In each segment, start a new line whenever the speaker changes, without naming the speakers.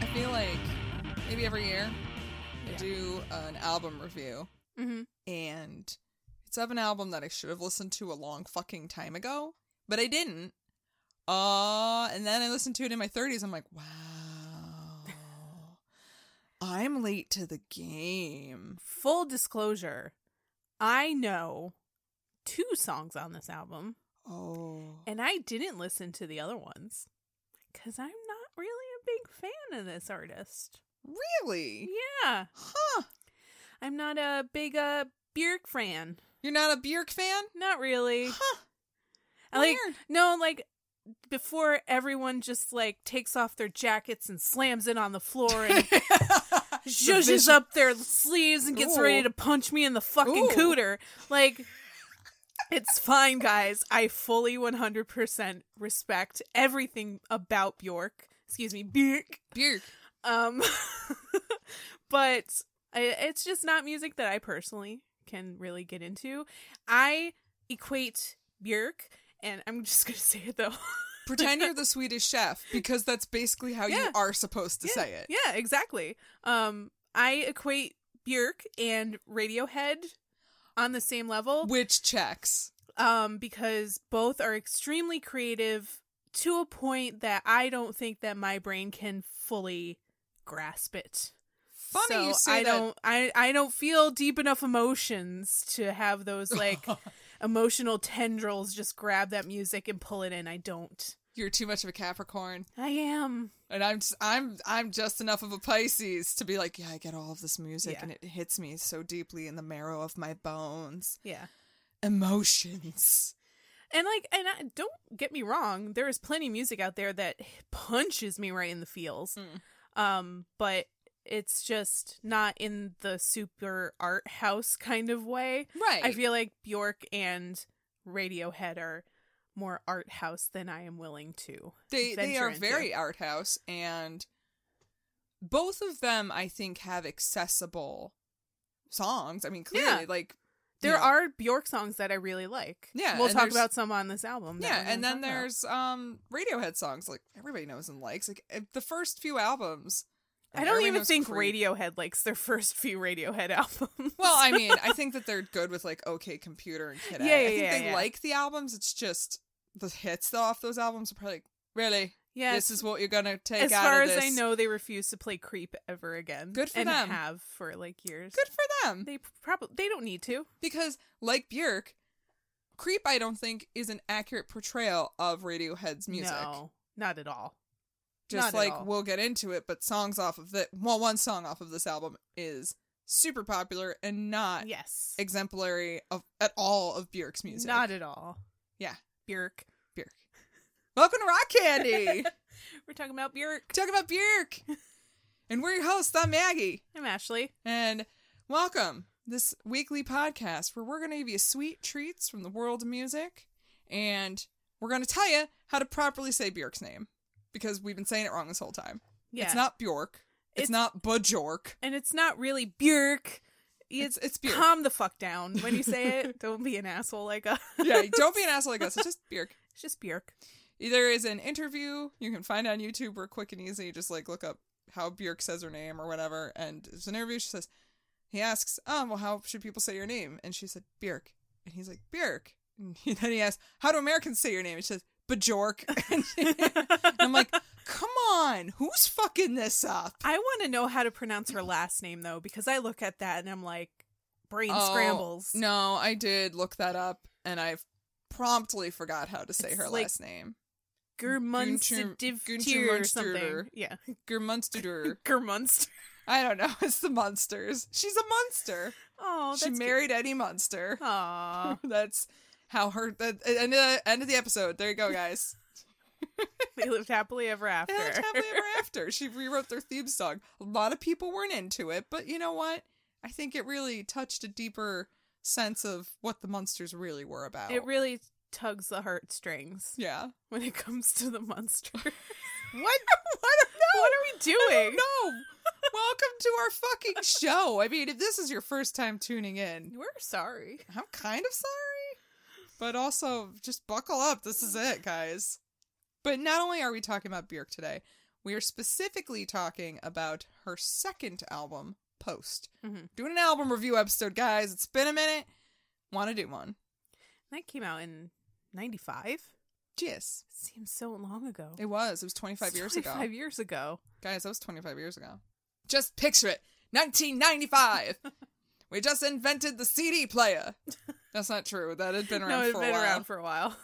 I feel like maybe every year I do an album review,
Mhm.
and it's of an album that I should have listened to a long fucking time ago, but I didn't. Uh, and then I listened to it in my 30s. I'm like, wow, I'm late to the game.
Full disclosure, I know two songs on this album,
Oh,
and I didn't listen to the other ones because I'm not really a big fan of this artist.
really?
Yeah,
Huh?
I'm not a big uh, Björk fan.
You're not a Bjork fan?
Not really.
Huh?
I like
Weird.
no, like before everyone just like takes off their jackets and slams it on the floor and zhuzhes
vision-
up their sleeves and gets
Ooh.
ready to punch me in the fucking
Ooh.
cooter. Like, it's fine, guys. I fully 100% respect everything about Bjork. Excuse me, Bjork.
Bjork.
Um, but I, it's just not music that I personally can really get into. I equate Bjork, and I'm just gonna say it though.
Pretend you're the Swedish chef because that's basically how you
Yeah.
are supposed to
yeah,
say it.
Yeah, exactly. Um, I equate Björk and Radiohead on the same level
Which checks?
um, because both are extremely creative to a point that I don't think that my brain can fully grasp it.
Funny
so
you say
I
that.
don't I, I don't feel deep enough emotions to have those like emotional tendrils just grab that music and pull it in. I don't.
You're too much of a Capricorn,
I am.
and I'm just, I'm I'm just enough of a Pisces to be like, yeah, I get all of this music,
Yeah.
and it hits me so deeply in the marrow of my bones,
Yeah.
emotions.
And like, and I, don't get me wrong, there is plenty of music out there that punches me right in the feels.
Hmm.
Um, but it's just not in the super art house kind of way.
Right.
I feel like Bjork and Radiohead are more art house than I am willing to.
they they
venture
are
into.
very art house, and both of them, I think, have accessible songs. I mean,
Yeah.
clearly, like
There
you know,
are Bjork songs that I really like.
Yeah,
we'll
and
talk
there's-
about some on this album. that
Yeah,
we're
and
gonna
then
talk about.
there's um Radiohead songs like everybody knows and likes. Like eh, the first few albums.
I don't
everybody
even
knows
think
Creep.
Radiohead likes their first few Radiohead albums.
Well, I mean, I think that they're good with like OK Computer and Kid. A.
Yeah,
I
yeah,
think
yeah,
they
yeah.
like the albums. It's just the hits off those albums are probably like, really.
yeah,
this is what you're gonna take
as
out
far
of
as
this.
I know, they refuse to play Creep ever again.
Good for
and
them.
Have for like years.
Good for them
They probably they don't need to.
because, like Björk, Creep I don't think is an accurate portrayal of Radiohead's music.
No, not at all.
just
Not at all.
like we'll get into it but songs off of the well one song off of this album is super popular and not
yes,
exemplary of at all of bjork's music
not at all.
yeah
Bjork.
bjork welcome to rock candy
We're talking about Bjork.
talking about bjork and we're your hosts i'm maggie
I'm Ashley.
and welcome this weekly podcast where we're going to give you sweet treats from the world of music and we're going to tell you how to properly say bjork's name because we've been saying it wrong this whole time
Yeah,
It's not Bjork. It's,
It's-
not Bajork.
and it's not really Bjork.
It's it's Bjork.
Calm the fuck down when you say it. Don't be an asshole like us.
yeah, don't be an asshole like us. It's just Bjork.
It's just Bjork.
There is an interview you can find on YouTube. We're quick and easy. Just like look up how Bjork says her name or whatever. And it's an interview. She says, he asks, oh, well, how should people say your name? And she said, Bjork. And he's like, Bjork. And he, then he asks, how do Americans say your name? And she says, Bjork. And, she- and I'm like, come on. Who's fucking this up?
I want to know how to pronounce her last name though, because I look at that and I'm like, brain
Oh,
scrambles.
No, I did look that up and I promptly forgot how to say
It's
her
like-
last name. Gunter- Gunter
Germunster or
Munsterer.
something. Yeah,
Germunster.
Germunster.
I don't know. It's the Munsters. She's a Munster.
Oh, that's
she married Eddie Munster.
Cute. Aw,
That's how her. That, end, of the, end of the episode. There you go, guys.
they lived happily ever after.
They lived happily ever after. She rewrote their theme song. A lot of people weren't into it, but you know what? I think it really touched a deeper sense of what the Munsters really were about.
It really tugs the heartstrings
yeah.
when it comes to the monster. what?
What? what? No.
What are we doing?
No. Welcome to our fucking show. I mean, if this is your first time tuning in,
We're sorry.
I'm kind of sorry, but also just buckle up. This is it, guys. But not only are we talking about Björk today, we are specifically talking about her second album, Post.
Mhm.
Doing an album review episode, guys. It's been a minute. Want to do one?
That came out in '95.
Yes.
Seems so long ago.
It was. It was 25 years ago.
Five years ago.
Guys, that was 25 years ago. Just picture it 1995. we just invented the CD player. That's not true. That had been around
no, it's
for
been
a while.
around for a while.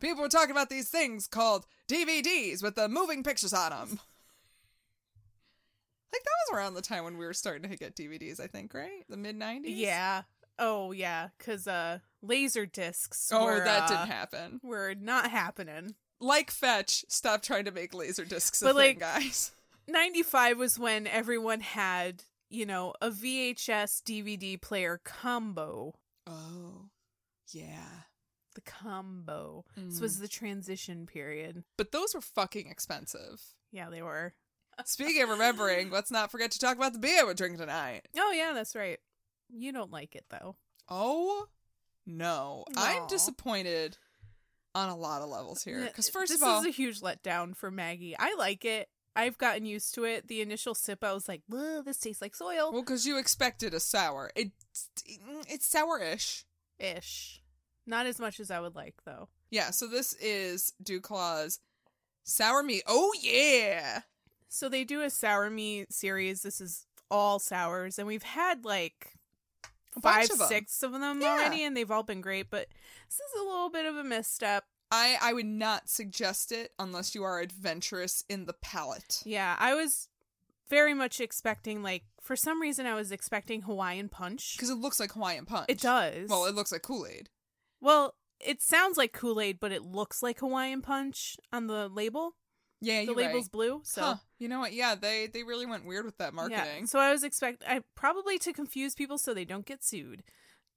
People were talking about these things called DVDs with the moving pictures on them. Like, that was around the time when we were starting to get DVDs, I think, right? The mid 90s?
yeah. Oh yeah, because uh, laser discs.
Oh,
were,
that
uh,
didn't happen.
Were not happening.
Like Fetch, stop trying to make laser discs a
But,
thing,
like-
guys.
95 was when everyone had, you know, a VHS DVD player combo.
Oh, yeah. Mm.
The combo. This was the transition period.
But those were fucking expensive.
Yeah, they were.
Speaking of remembering, let's not forget to talk about the beer we're drinking tonight.
Oh, yeah, that's right. You don't like it, though.
Oh no, I'm
Aw.
disappointed on a lot of levels here. Because first
this
of all,
is a huge letdown for Maggie. I like it. I've gotten used to it. The initial sip, I was like, "Whoa, this tastes like soil
well, because you expected a sour, it it's sour-ish.
ish." Not as much as I would like, though.
Yeah. So this is Duclaw's sour meat. Oh yeah.
So they do a sour meat series. This is all sours, and we've had like
A bunch
five,
of 'em.
six of them
Yeah.
already, and they've all been great. But this is a little bit of a misstep.
I I would not suggest it unless you are adventurous in the palate.
Yeah, I was very much expecting like for some reason I was expecting Hawaiian punch.
Because it looks like Hawaiian punch.
It does.
Well, it looks like Kool Aid.
well, it sounds like Kool Aid, but it looks like Hawaiian punch on the label.
Yeah,
the
you're
label's
right.
blue, so.
Huh. you know what? Yeah, they they really went weird with that
Yeah,
marketing.
so I was expect I probably to confuse people so they don't get sued.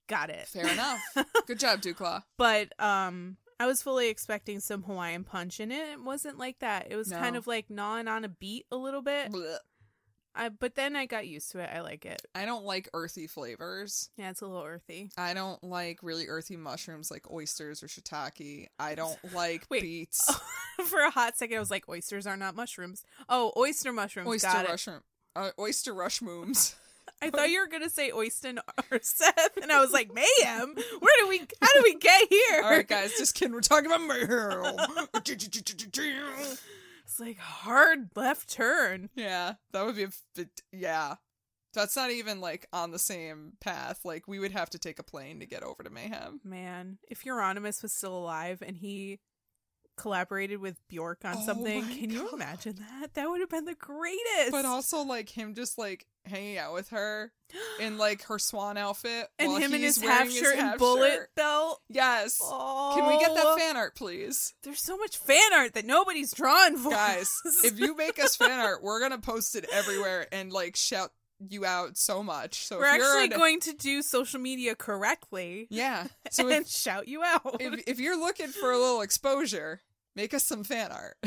Got it.
Fair enough. Good job, Duclaw.
but um I was fully expecting some Hawaiian punch and it wasn't like that. It was
No.
kind of like gnawing on a beat a little bit.
Blech.
I, but then I got used to it. I like it.
I don't like earthy flavors.
Yeah, it's a little earthy.
I don't like really earthy mushrooms like oysters or shiitake. I don't like
Wait. Oh,
beets.
For a hot second I was like oysters are not mushrooms. Oh, oyster mushrooms.
oyster
got it.
mushroom. Uh, oyster rush mooms.
I thought you were going to say oyster or Seth and I was like, "Mayhem? Where do we how do we get here?"
All right, guys, just kidding. We're talking about mayhem.
It's like hard left turn.
yeah, that would be a bit. Yeah. That's not even like on the same path. Like, we would have to take a plane to get over to Mayhem.
Man, if Euronymous was still alive and he collaborated with Bjork on
Oh
something,
my
can you
God.
imagine that? That would have been the greatest.
But also, like, him just like hanging out with her in like her swan outfit.
and
while
him in
he's
his
wearing
half shirt and
half
bullet
shirt.
belt.
Yes.
Oh,
Can we get that fan art, please?
There's so much fan art that nobody's drawn for.
Guys,
us.
if you make us fan art, we're gonna post it everywhere and like shout you out so much. So
we're
if you're
actually
on-
going to do social media correctly
Yeah. So
and
if,
shout you out.
if if you're looking for a little exposure, make us some fan art.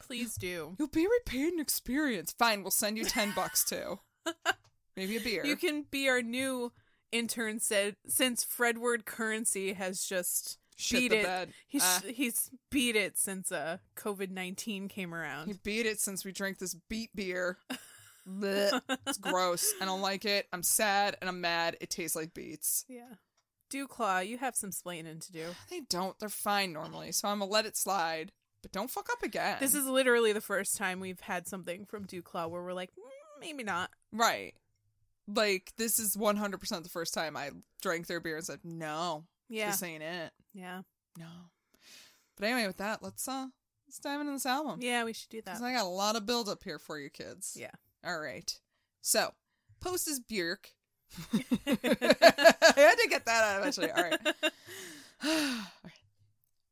Please do.
You'll be repaid an experience. Fine, we'll send you ten bucks too. Maybe a beer.
You can be our new intern said since Fredward currency has just
Shit
beat
the
it.
bed.
He's
Ah.
he's beat it since uh COVID-19 came
He
around.
beat it since we drank this beet beer. Blech. It's gross. I don't like it. I'm sad and I'm mad. It tastes like beets.
Yeah. Dewclaw, you have some splaining to do.
They don't. They're fine normally, so I'm gonna let it slide. But don't fuck up again.
This is literally the first time we've had something from Dewclaw where we're like, "Mm, maybe not.
right. Like this is 100% the first time I drank their beer and said no.
Yeah.
This ain't it.
Yeah.
No. But anyway, with that, let's uh let's dive into this album.
Yeah, we should do that.
Because I got a lot of build up here for you kids.
Yeah.
All right. So, post is Bjork. I had to get that out eventually. All right. All right.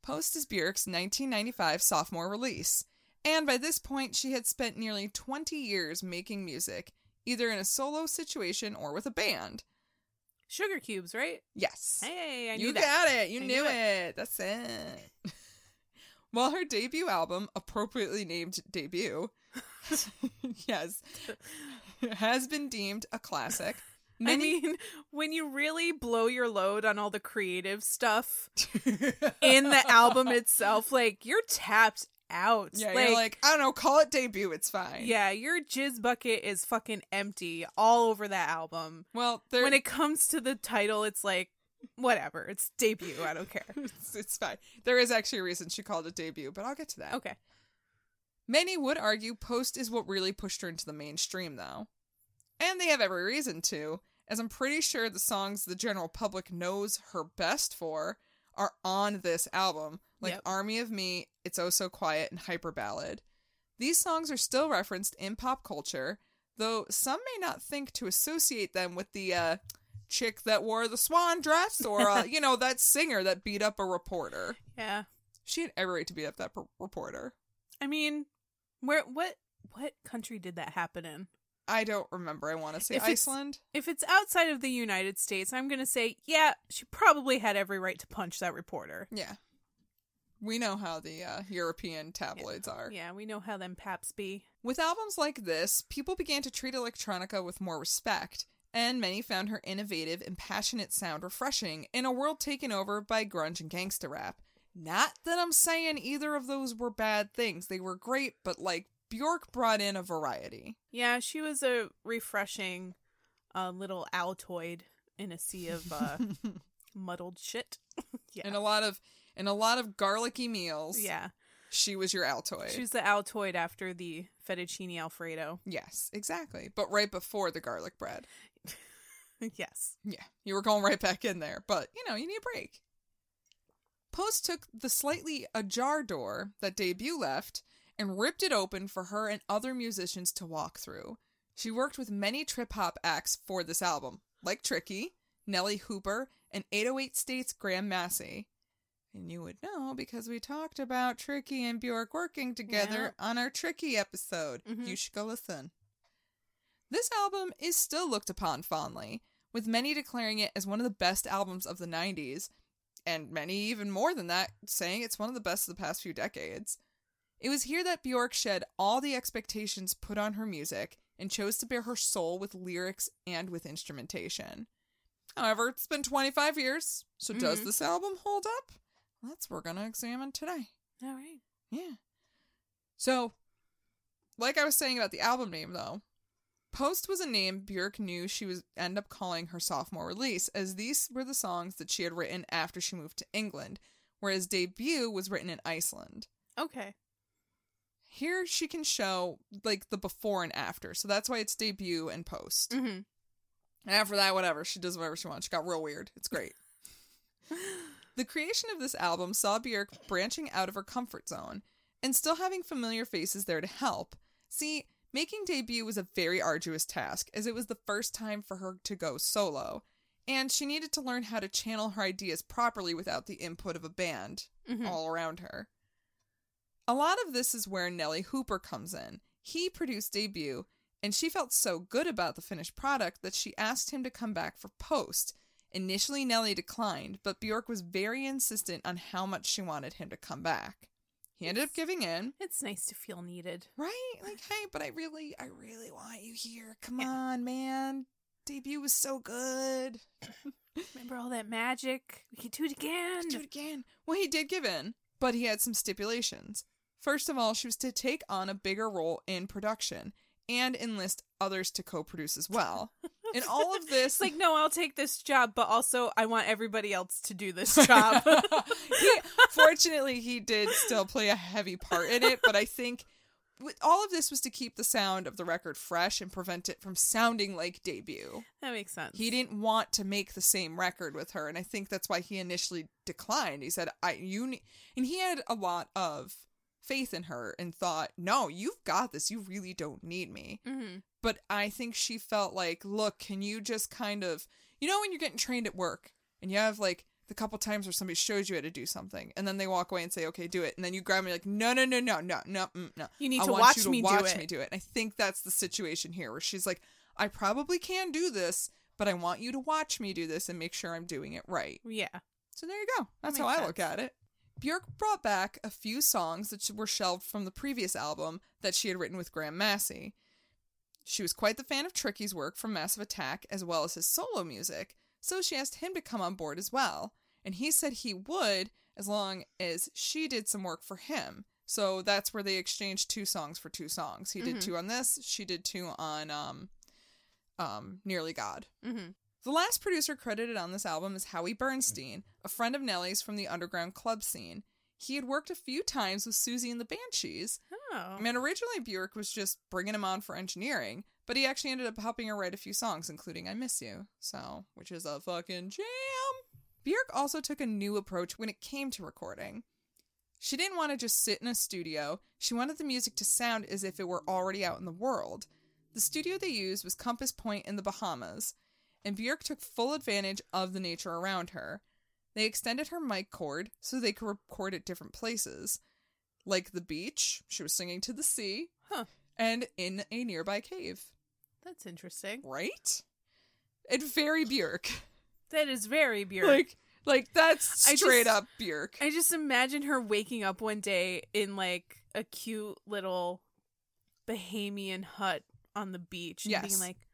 Post is Bjork's 1995 sophomore release. And by this point, she had spent nearly 20 years making music, either in a solo situation or with a band.
Sugar cubes, right?
Yes.
Hey, I knew
you
that.
got it. You
I
knew,
knew
it. That's it. well, her debut album, appropriately named Debut, yes, has been deemed a classic.
I mean, when you really blow your load on all the creative stuff in the album itself, like you're tapped out.
yeah, you're like, I don't know, call it debut, it's fine.
yeah, your jizz bucket is fucking empty all over that album.
Well, there,
When it comes to the title, it's like, whatever, it's debut. I don't care.
it's, it's fine. There is actually a reason she called it debut, but I'll get to that.
Okay.
Many would argue Post is what really pushed her into the mainstream, though. And they have every reason to, as I'm pretty sure the songs the general public knows her best for are on this album, like
Yep.
Army of Me, It's Oh So Quiet, and Hyper Ballad. These songs are still referenced in pop culture, though some may not think to associate them with the uh, chick that wore the swan dress or, uh, you know, that singer that beat up a reporter.
Yeah.
She had every right to beat up that per- reporter.
I mean, where, what, what country did that happen in?
I don't remember. I want to say
If it's-
Iceland.
If it's outside of the United States, I'm going to say, yeah, she probably had every right to punch that reporter.
Yeah. We know how the uh, European tabloids are.
Yeah, we know how them paps be.
With albums like this, people began to treat electronica with more respect, and many found her innovative and passionate sound refreshing in a world taken over by grunge and gangsta rap. Not that I'm saying either of those were bad things. They were great, but like Bjork brought in a variety.
Yeah, she was a refreshing uh, little Altoid in a sea of uh, muddled shit. yeah.
And a lot of and a lot of garlicky meals.
yeah.
She was your Altoid.
She was the Altoid after the fettuccine Alfredo.
yes, exactly. But right before the garlic bread.
yes.
Yeah, you were going right back in there, but you know, you need a break. Post took the slightly ajar door that debut left and ripped it open for her and other musicians to walk through. She worked with many trip hop acts for this album, like Tricky, Nellie Hooper, and 808 States Graham Massey. And you would know because we talked about Tricky and Bjork working together on our Tricky episode.
Mhm.
You should go listen. This album is still looked upon fondly, with many declaring it as one of the best albums of the 90s, and many even more than that saying it's one of the best of the past few decades. It was here that Bjork shed all the expectations put on her music and chose to bare her soul with lyrics and with instrumentation. However, it's been 25 years, so does
Mhm.
this album hold up? That's what we're going to examine today.
All right.
Yeah. So, like I was saying about the album name, though, Post was a name Bjork knew she would end up calling her sophomore release, as these were the songs that she had written after she moved to England, whereas Debut was written in Iceland.
Okay.
Here she can show like the before and after, so that's why it's debut and post.
hmm
And after that, whatever. She does whatever she wants. She got real weird. It's great. the creation of this album saw Björk branching out of her comfort zone and still having familiar faces there to help. See, making debut was a very arduous task as it was the first time for her to go solo, and she needed to learn how to channel her ideas properly without the input of a band
Mhm.
all around her. A lot of this is where Nellie Hooper comes in. He produced debut, and she felt so good about the finished product that she asked him to come back for post. Initially, Nellie declined, but Bjork was very insistent on how much she wanted him to come back. He ended up giving in,
It's nice to feel needed.
right? Like, hey, but I really, I really want you here. Come on, man. debut was so good.
Remember all that magic? We could do it again.
Do it again. Well, he did give in, but he had some stipulations. First of all, she was to take on a bigger role in production and enlist others to co-produce as well. And all of this,
It's like, no, I'll take this job, but also I want everybody else to do this job.
he, fortunately, he did still play a heavy part in it, but I think with- all of this was to keep the sound of the record fresh and prevent it from sounding like debut.
that makes sense.
He didn't want to make the same record with her, and I think that's why he initially declined. He said, "I you," ne-, and he had a lot of faith in her and thought, "No, you've got this. You really don't need me."
Mm-hmm.
but I think she felt like, look, can you just kind of, you know, when you're getting trained at work and you have like the couple times where somebody shows you how to do something and then they walk away and say, okay, do it. And then you grab me like, no, no, no, no, no, no, mm, no.
You need
I
to
want
watch
you to
me do
watch
it."
me do it. And I think that's the situation here where she's like, I probably can do this, but I want you to watch me do this and make sure I'm doing it right.
Yeah.
So there you go. That's how
makes
I look
sense.
at it. Björk brought back a few songs that were shelved from the previous album that she had written with Graham Massey. She was quite the fan of Tricky's work from Massive Attack as well as his solo music, so she asked him to come on board as well. And he said he would as long as she did some work for him. So that's where they exchanged two songs for two songs. He did
Mhm.
two on this, she did two on um, um, Nearly God.
Mm-hmm.
The last producer credited on this album is Howie Bernstein, a friend of Nellie's from the underground club scene. He had worked a few times with Susie and the Banshees.
Oh.
I mean, originally Bjork was just bringing him on for engineering, but he actually ended up helping her write a few songs, including I Miss You, so, which is a fucking jam. Bjork also took a new approach when it came to recording. She didn't want to just sit in a studio, she wanted the music to sound as if it were already out in the world. The studio they used was Compass Point in the Bahamas, and Bjork took full advantage of the nature around her. They extended her mic cord so they could record at different places, like the beach, she was singing to the sea,
Huh.
and in a nearby cave.
That's interesting.
Right? And very Bjork.
That is very Bjork.
Like, like that's
I just-
straight up Bjork.
I just imagine her waking up one day in like a cute little Bahamian hut on the beach and
Yes.
being like,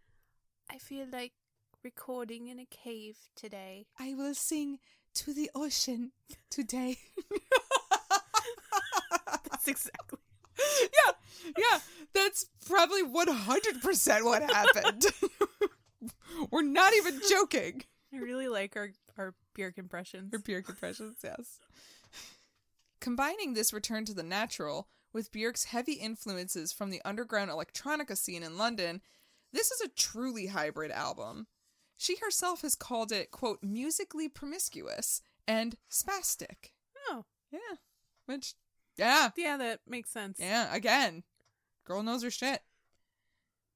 I feel like recording in a cave today.
I will sing to the ocean today.
That's exactly.
yeah, yeah. That's probably 100% what happened. We're not even joking.
I really like our, our Bjork impressions.
Your Bjork impressions, yes. Combining this return to the natural with Bjork's heavy influences from the underground electronica scene in London, this is a truly hybrid album. She herself has called it, quote, musically promiscuous and spastic.
Oh,
Yeah. Which, yeah.
yeah, that makes sense.
Yeah, again, girl knows her shit.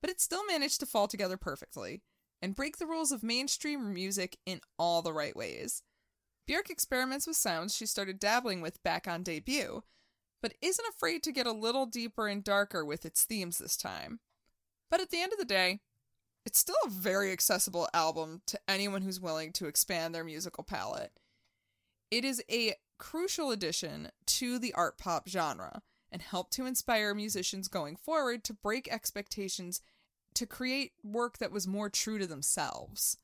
But it still managed to fall together perfectly and break the rules of mainstream music in all the right ways. Björk experiments with sounds she started dabbling with back on debut, but isn't afraid to get a little deeper and darker with its themes this time. But at the end of the day, it's still a very accessible album to anyone who's willing to expand their musical palette. It is a crucial addition to the art pop genre and helped to inspire musicians going forward to break expectations to create work that was more true to themselves.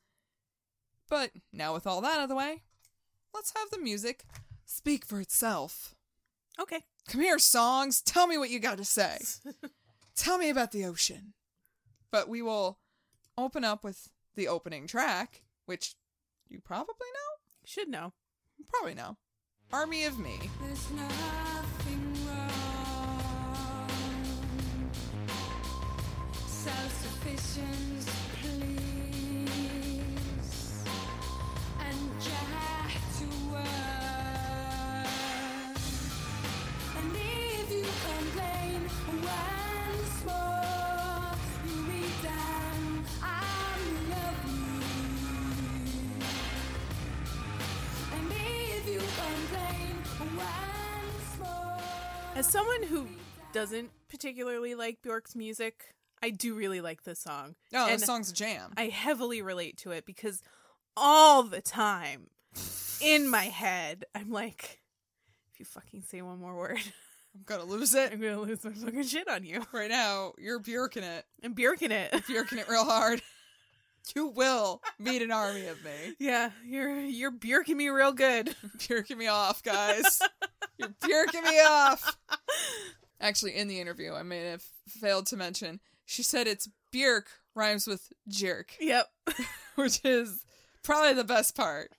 But now, with all that out of the way, let's have the music speak for itself.
Okay.
Come here, songs. Tell me what you got to say. Tell me about the ocean. But we will open up with the opening track, which you probably know.
Should know.
You probably know. Army of Me.
There's nothing wrong. Self-sufficiency, please. And Jack to work. And if you complain once more, you'll be done. I love you. And if you complain once more.
As someone who doesn't particularly like Bjork's music, I do really like this song.
Oh,
and
this song's a jam.
I heavily relate to it because all the time in my head, I'm like, if you fucking say one more word,
I'm gonna lose it.
I'm gonna lose my fucking shit on you.
right now, you're Bjorking it.
I'm Bjorking it.
Bjorking it real hard. You will meet an army of me.
Yeah, you're you're bjerking me real good.
You're Jerking me off, guys. You're jerking me off. Actually, in the interview, I may have failed to mention, she said it's Bjerk rhymes with jerk,
Yep.
which is probably the best part.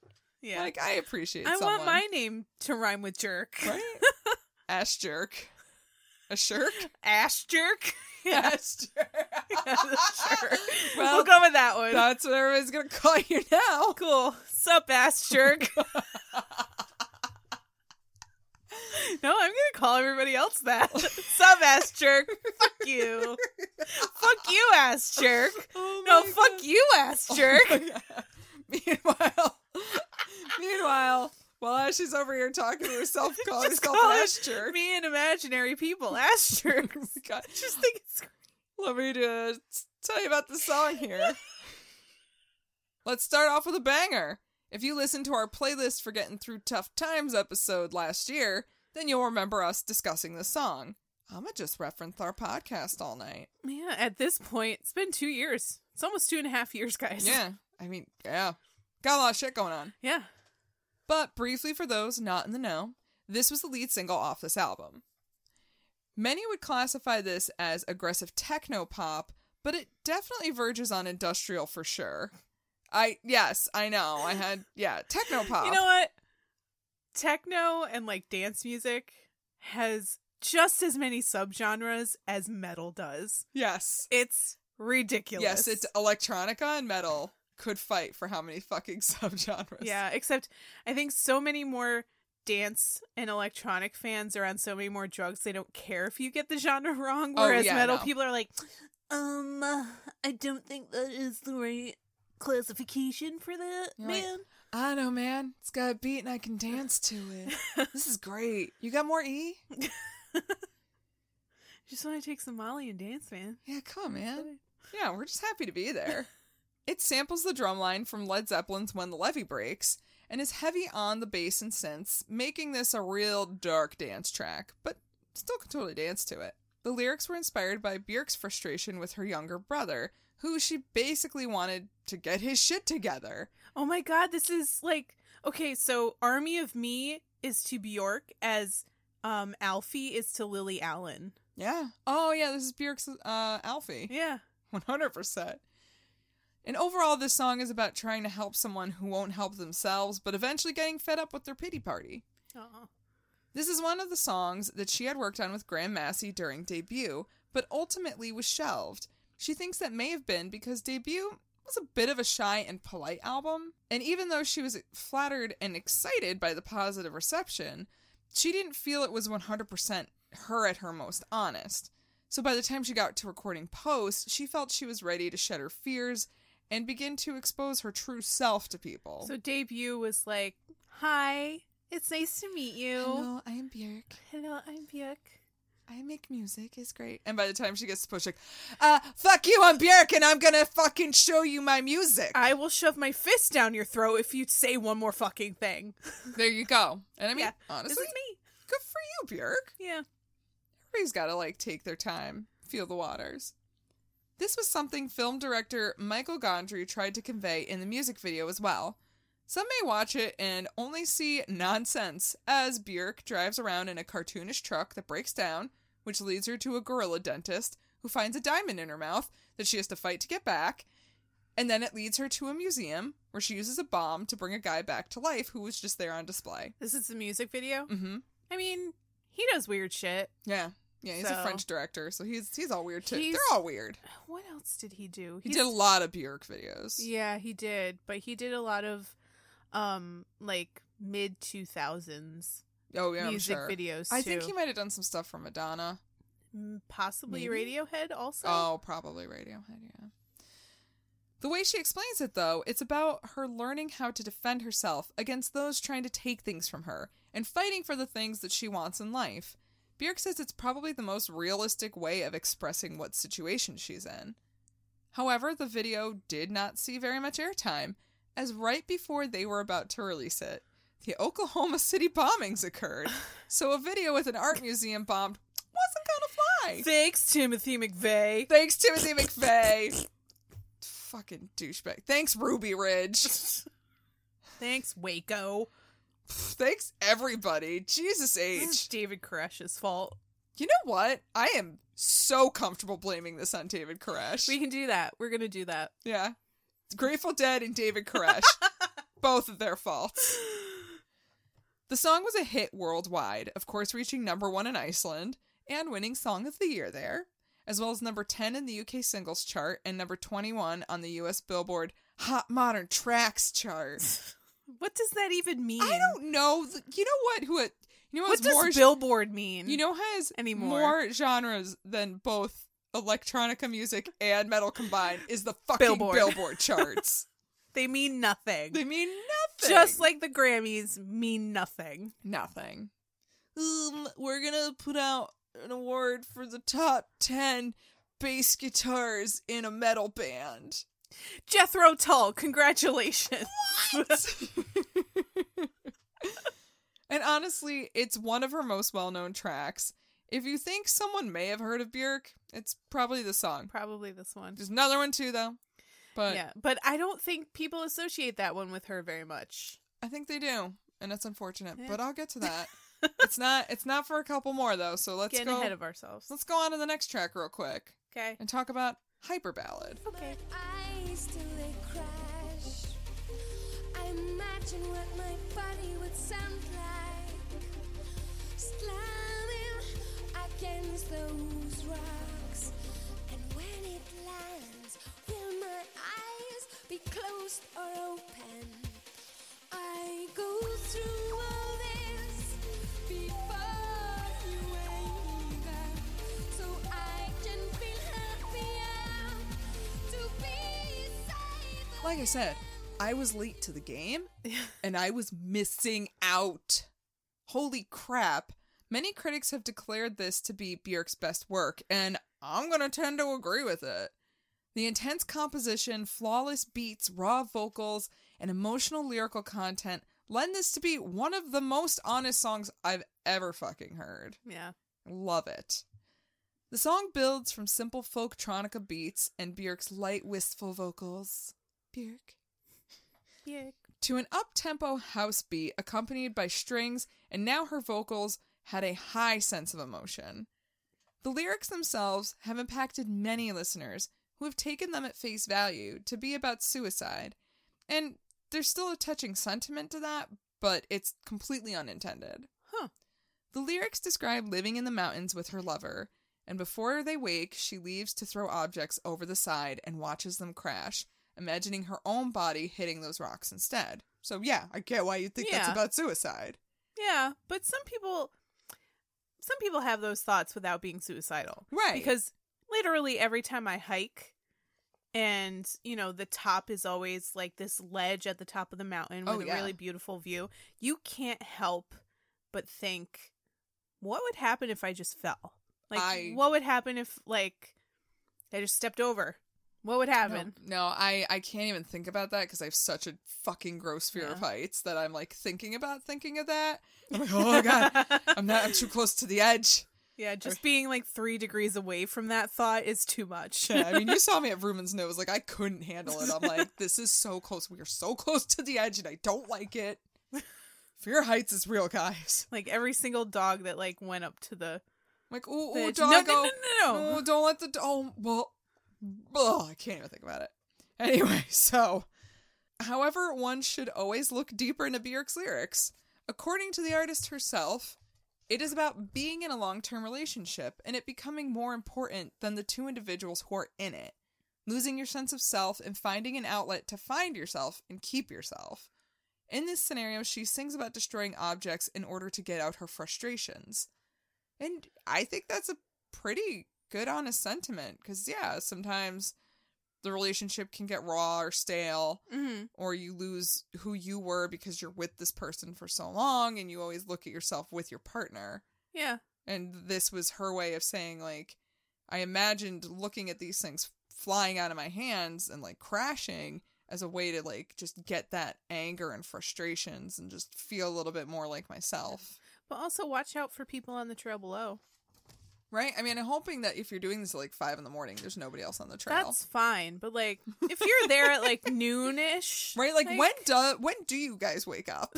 Yeah.
Like, I appreciate
I
someone.
want my name to rhyme with jerk.
Right? Ash jerk. A shirk?
Ash jerk. Yeah,
Ash jerk.
sure.
Well,
we'll go with that one.
That's what everybody's going to call you now.
cool. Sup, ass jerk. no, I'm gonna call everybody else that. Sup, ass jerk. Fuck you. fuck you, ass jerk.
Oh
no, fuck you, ass jerk.
meanwhile, meanwhile, while Ash is over here talking to herself, calling
Just
herself
call
an
it
Ash jerk.
Me and imaginary people, ass jerks.
Oh God.
Just think it's
Let me just tell you about the song here. Let's start off with a banger. If you listened to our playlist for Getting Through Tough Times episode last year, then you'll remember us discussing this song. I'ma just reference our podcast all night.
Yeah, at this point, it's been two years. It's almost two and a half years, guys.
Yeah. I mean, yeah. Got a lot of shit going on.
Yeah.
But briefly, for those not in the know, this was the lead single off this album. Many would classify this as aggressive techno pop, but it definitely verges on industrial for sure. I yes, I know. I had yeah, techno pop.
You know what? Techno and like dance music has just as many subgenres as metal does.
yes,
It's ridiculous.
yes, it's electronica and metal could fight for how many fucking subgenres.
Yeah, except I think so many more dance and electronic fans are on so many more drugs they don't care if you get the genre wrong.
Oh,
Whereas
yeah,
metal
no.
people are like,
Um, I don't think that is the right classification for that,
You're like, I know, man. It's got a beat and I can dance to it. this is great. You got more E?
just want to take some Molly and dance, man.
Yeah, come on, man. Yeah, we're just happy to be there. It samples the drumline from Led Zeppelin's When the Levee Breaks and is heavy on the bass and synths, making this a real dark dance track, but still can totally dance to it. The lyrics were inspired by Björk's frustration with her younger brother, who she basically wanted to get his shit together.
Oh my god, this is like okay, so Army of Me is to Bjork as um Alfie is to Lily Allen.
Yeah. Oh, yeah, this is Björk's uh, Alfie.
Yeah.
100%. And overall, this song is about trying to help someone who won't help themselves, but eventually getting fed up with their pity party.
Oh.
This is one of the songs that she had worked on with Graham Massey during debut, but ultimately was shelved. She thinks that may have been because debut was a bit of a shy and polite album, and even though she was flattered and excited by the positive reception, she didn't feel it was 100% her at her most honest. So by the time she got to recording Post, she felt she was ready to shed her fears and begin to expose her true self to people.
So debut was like, "Hi, it's nice to meet you.
Hello, I am Björk.
Hello, I'm Bjork.
I make music is great. And by the time she gets to push, like, uh, fuck you, I'm Björk, and I'm gonna fucking show you my music.
I will shove my fist down your throat if you say one more fucking thing."
there you go. And I mean,
yeah.
honestly,
this is me.
good for you, Björk.
Yeah.
Everybody's gotta like take their time, feel the waters. This was something film director Michael Gondry tried to convey in the music video as well. Some may watch it and only see nonsense as Björk drives around in a cartoonish truck that breaks down, which leads her to a gorilla dentist who finds a diamond in her mouth that she has to fight to get back. And then it leads her to a museum where she uses a bomb to bring a guy back to life who was just there on display.
This is the music video.
Mm-hmm.
I mean, he does weird shit.
Yeah. Yeah, he's
So-
a French director, so he's he's all weird too.
He's-
They're all weird.
What else did he do?
He
He's-
did a lot of Bjork videos.
Yeah, he did, but he did a lot of um like mid 2000s
Oh yeah, I'm
music
sure.
videos
I think
too.
he might have done some stuff for Madonna.
M- possibly
Maybe?
Radiohead also.
Oh, probably Radiohead. Yeah. The way she explains it, though, it's about her learning how to defend herself against those trying to take things from her and fighting for the things that she wants in life. Bjork says it's probably the most realistic way of expressing what situation she's in. However, the video did not see very much airtime, as right before they were about to release it, the Oklahoma City bombings occurred. So a video with an art museum bombed wasn't gonna fly.
Thanks Timothy McVeigh.
Thanks, Timothy McVeigh. Fucking douchebag. Thanks, Ruby Ridge.
Thanks, Waco.
Thanks, everybody. Jesus
This is
H.
David Koresh's fault.
You know what? I am so comfortable blaming this on David Koresh.
We can do that. We're gonna do that.
yeah. Grateful Dead and David Koresh. Both of their faults. The song was a hit worldwide, of course, reaching number one in Iceland and winning Song of the Year there, as well as number 10 in the UK singles chart and number 21 on the US Billboard Hot Modern Tracks chart.
What does that even mean?
I don't know. th- You know what? Who? You know
What
what's
does
more?
billboard mean?
you know has
anymore?
more genres than both electronica music and metal combined is the fucking
Billboard.
billboard, charts.
they mean nothing.
they mean nothing.
Just like the Grammys mean nothing.
nothing. Um, we're gonna put out an award for the top ten bass guitars in a metal band.
Jethro Tull, congratulations.
And honestly, it's one of her most well-known tracks. If you think someone may have heard of Björk, it's probably the song.
Probably this one.
There's another one too, though. But
yeah, but I don't think people associate that one with her very much.
I think they do, and that's unfortunate. But I'll get to that. it's not. It's not for a couple more though. So let's
Getting
go.
ahead of ourselves.
let's go on to the next track real quick
Okay.
and talk about hyper ballad.
Okay.
eyes till they crash. I imagine what my body would sound like. Slamming against those rocks. And when it lands, will my eyes be closed or open? I go through all this before you either, so I can feel happier to be safe.
Like I said, I was late to the game, and I was missing out. Holy crap! Many critics have declared this to be Björk's best work, and I'm gonna tend to agree with it. The intense composition, flawless beats, raw vocals, and emotional lyrical content lend this to be one of the most honest songs I've ever fucking heard.
Yeah.
Love it. The song builds from simple folktronica beats and Björk's light, wistful vocals. Björk. To an up tempo house beat accompanied by strings, and now her vocals had a high sense of emotion. The lyrics themselves have impacted many listeners who have taken them at face value to be about suicide. And there's still a touching sentiment to that, but it's completely unintended.
Huh.
The lyrics describe living in the mountains with her lover, and before they wake, she leaves to throw objects over the side and watches them crash, imagining her own body hitting those rocks instead. So, yeah, I get why you think that's
Yeah.
about suicide.
Yeah, but some people some people have those thoughts without being suicidal.
Right.
Because literally every time I hike and you know the top is always like this ledge at the top of the mountain with
Oh,
a
yeah.
really beautiful view, you can't help but think what would happen if I just fell? Like
I-
what would happen if like I just stepped over? What would happen?
No, no, I, I can't even think about that because I have such a fucking gross fear of
Yeah.
heights that I'm like thinking about thinking of that. I'm like, oh god, I'm not. I'm too close to the edge.
Yeah, just being like three degrees away from that thought is too much.
Yeah, I mean, you saw me at Rumen's nose. Like, I couldn't handle it. I'm like, this is so close. We are so close to the edge, and I don't like it. Fear of heights is real, guys.
like every single dog that like went up to the
I'm like, ooh, ooh,
Bitch.
doggo.
No, no, no, no, no.
don't let the do- oh, well, ugh, I can't even think about it. Anyway, so, however, one should always look deeper into Bjork's lyrics. According to the artist herself, it is about being in a long-term relationship and it becoming more important than the two individuals who are in it. Losing your sense of self and finding an outlet to find yourself and keep yourself. In this scenario, she sings about destroying objects in order to get out her frustrations. And I think that's a pretty good, honest sentiment because, yeah, sometimes the relationship can get raw or stale, or you lose who you were because you're with this person for so long and you always look at yourself with your partner.
yeah
And this was her way of saying, like, I imagined looking at these things flying out of my hands and like crashing as a way to like just get that anger and frustrations and just feel a little bit more like myself.
but also watch out for people on the trail below
right? I mean, I'm hoping that if you're doing this at like five in the morning, there's nobody else on the trail,
That's fine, but like if you're there at like noonish,
right? Like, when do when do you guys wake up?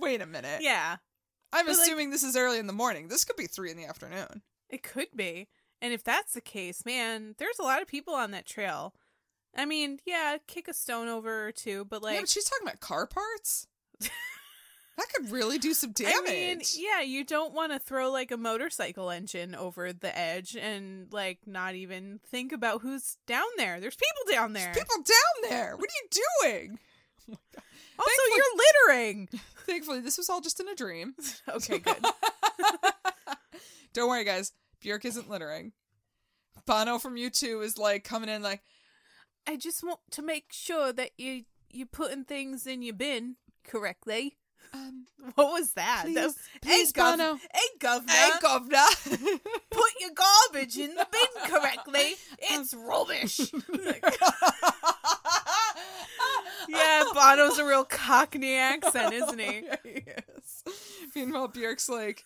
Wait a minute.
Yeah,
I'm
but, like-
assuming this is early in the morning. This could be three in the afternoon.
it could be. And if that's the case, man, there's a lot of people on that trail. I mean, yeah, kick a stone over or two, but like
yeah, but she's talking about car parts. that could really do some damage.
I mean, yeah, you don't want to throw like a motorcycle engine over the edge and like not even think about who's down there. There's people down there.
There's people down there. What are you doing?
also,
Thankfully-
you're littering.
Thankfully, this was all just in a dream.
Okay, good.
Don't worry, guys. Bjork isn't littering. Bono from U2 is like coming in, like,
I just want to make sure that you you putting things in your bin correctly.
um,
What was that?
Please-
that was,
please,
hey, gov-
Bono.
Hey, governor.
hey, governor.
put your garbage in the bin correctly. It's rubbish. yeah, Bono's a real Cockney accent, isn't he?
yes. Meanwhile, Bjork's like,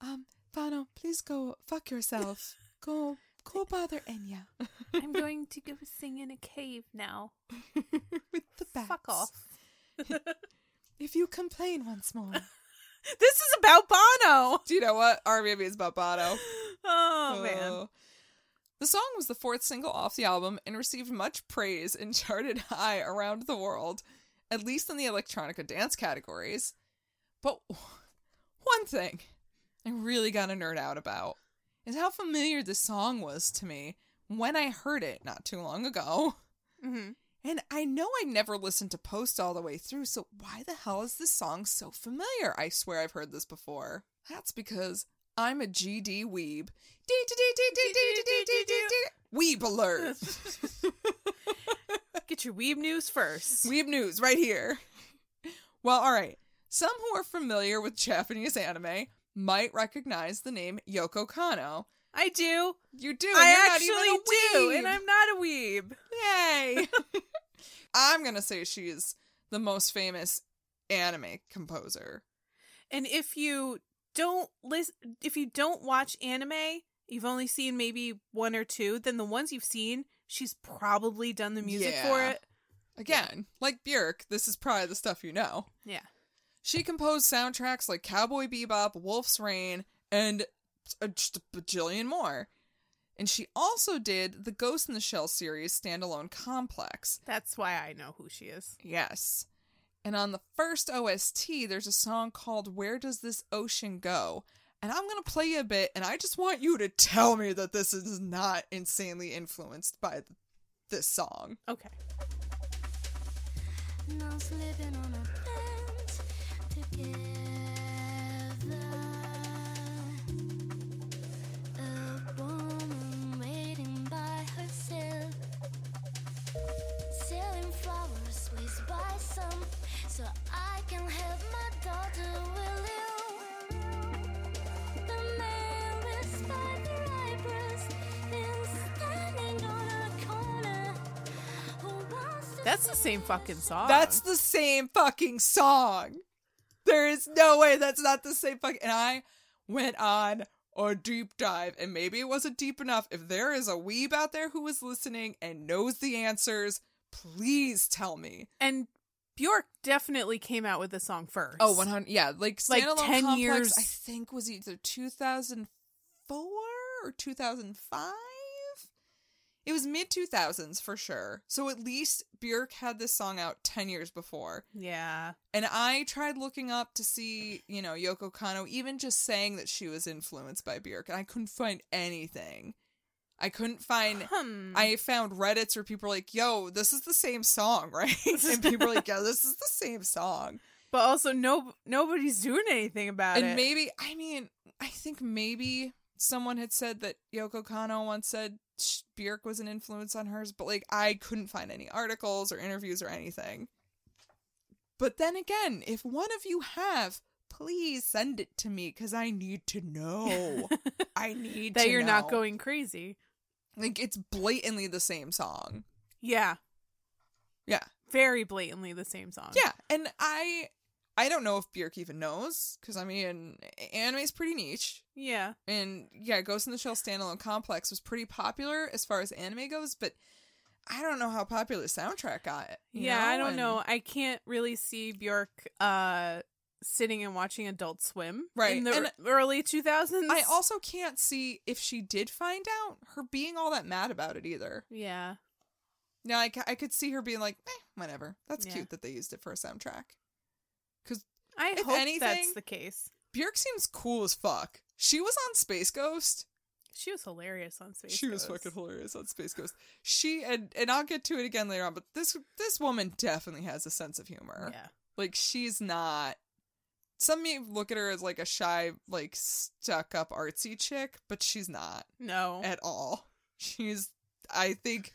um, Bono, please go fuck yourself. Go, go bother Enya
I'm going to go sing in a cave now.
with the bats.
Fuck off.
If you complain once more.
This is about Bono.
Do you know what? Our movie is about Bono.
Oh man.
Oh. The song was the fourth single off the album and received much praise and charted high around the world, at least in the electronica dance categories. But one thing I really got a nerd out about is how familiar this song was to me when I heard it not too long ago.
Mhm.
And I know I never listened to Post all the way through, so why the hell is this song so familiar? I swear I've heard this before. That's because I'm a GD weeb. Weeb
Oh.
alert.
Mm-hmm. Get your weeb news first.
Weeb news right here. Well, all right. Some who are familiar with Japanese anime might recognize the name Yoko Kano.
I do.
You do. and you're
I
not even
actually
a
do,
weeb.
and I'm not a weeb.
Yay! I'm gonna say she's the most famous anime composer.
And if you don't list, if you don't watch anime, you've only seen maybe one or two. Then the ones you've seen, she's probably done the music for
Yeah.
it.
Again, like Björk, this is probably the stuff you know.
Yeah.
She composed soundtracks like Cowboy Bebop, Wolf's Rain, and a, just a bajillion more. And she also did the Ghost in the Shell series standalone complex.
That's why I know who she is.
Yes. And on the first OST, there's a song called Where Does This Ocean Go? And I'm going to play you a bit, and I just want you to tell me that this is not insanely influenced by th- this song.
Okay.
And I was living on a plant together. A woman waiting by herself, selling flowers ways by some, so I can help my daughter. Will you? The man with spider eyebrows been standing on a corner. who wants to
That's the same fucking song.
That's the same fucking song. There is no way that's not the same fucking. And I went on a deep dive, and maybe it wasn't deep enough. If there is a weeb out there who is listening and knows the answers, please tell me.
and Bjork definitely came out with the song first.
Oh, 100. Yeah, like
Like
standalone
10
complex.
years.
I think was either 2004 or 2005. It was mid 2000s for sure. So at least Bjork had this song out 10 years before.
Yeah.
And I tried looking up to see, you know, Yoko Kano even just saying that she was influenced by Bjork, and I couldn't find anything. I couldn't find.
Hmm.
I found Reddits where people were like, "Yo, this is the same song, right?" and people were like, "Yeah, this is the same song."
but also, no, nobody's doing anything about
and
it.
maybe, I mean, I think maybe someone had said that Yoko Kano once said sh- Bjork was an influence on hers, but like I couldn't find any articles or interviews or anything. But then again, if one of you have, please send it to me because I need to know. I need
that
to
you're not
know.
going crazy.
like it's blatantly the same song.
Yeah.
Yeah,
Uh. Very blatantly the same song.
yeah, and I I don't know if Bjork even knows because I mean, anime is pretty niche.
Yeah.
And yeah, Ghost in the Shell standalone complex was pretty popular as far as anime goes, but I don't know how popular the soundtrack got. you
Yeah, I don't
and-
know. I can't really see Bjork uh sitting and watching Adult Swim
Right,
in the
and-
r- early 2000s.
I also can't see if she did find out her being all that mad about it either.
Yeah.
Now I, c- I could see her being like, eh, whatever. That's
Yeah.
cute that they used it for a soundtrack.
I
If
hope that's
anything-
the case.
Bjork seems cool as fuck. She was on Space Ghost.
She was hilarious on Space
she was
Ghost.
fucking hilarious on Space Ghost. She and and I'll get to it again later on, but this this woman definitely has a sense of humor.
Yeah.
Like she's not some may look at her as like a shy, like stuck up artsy chick, but she's not
No.
at all. She's I think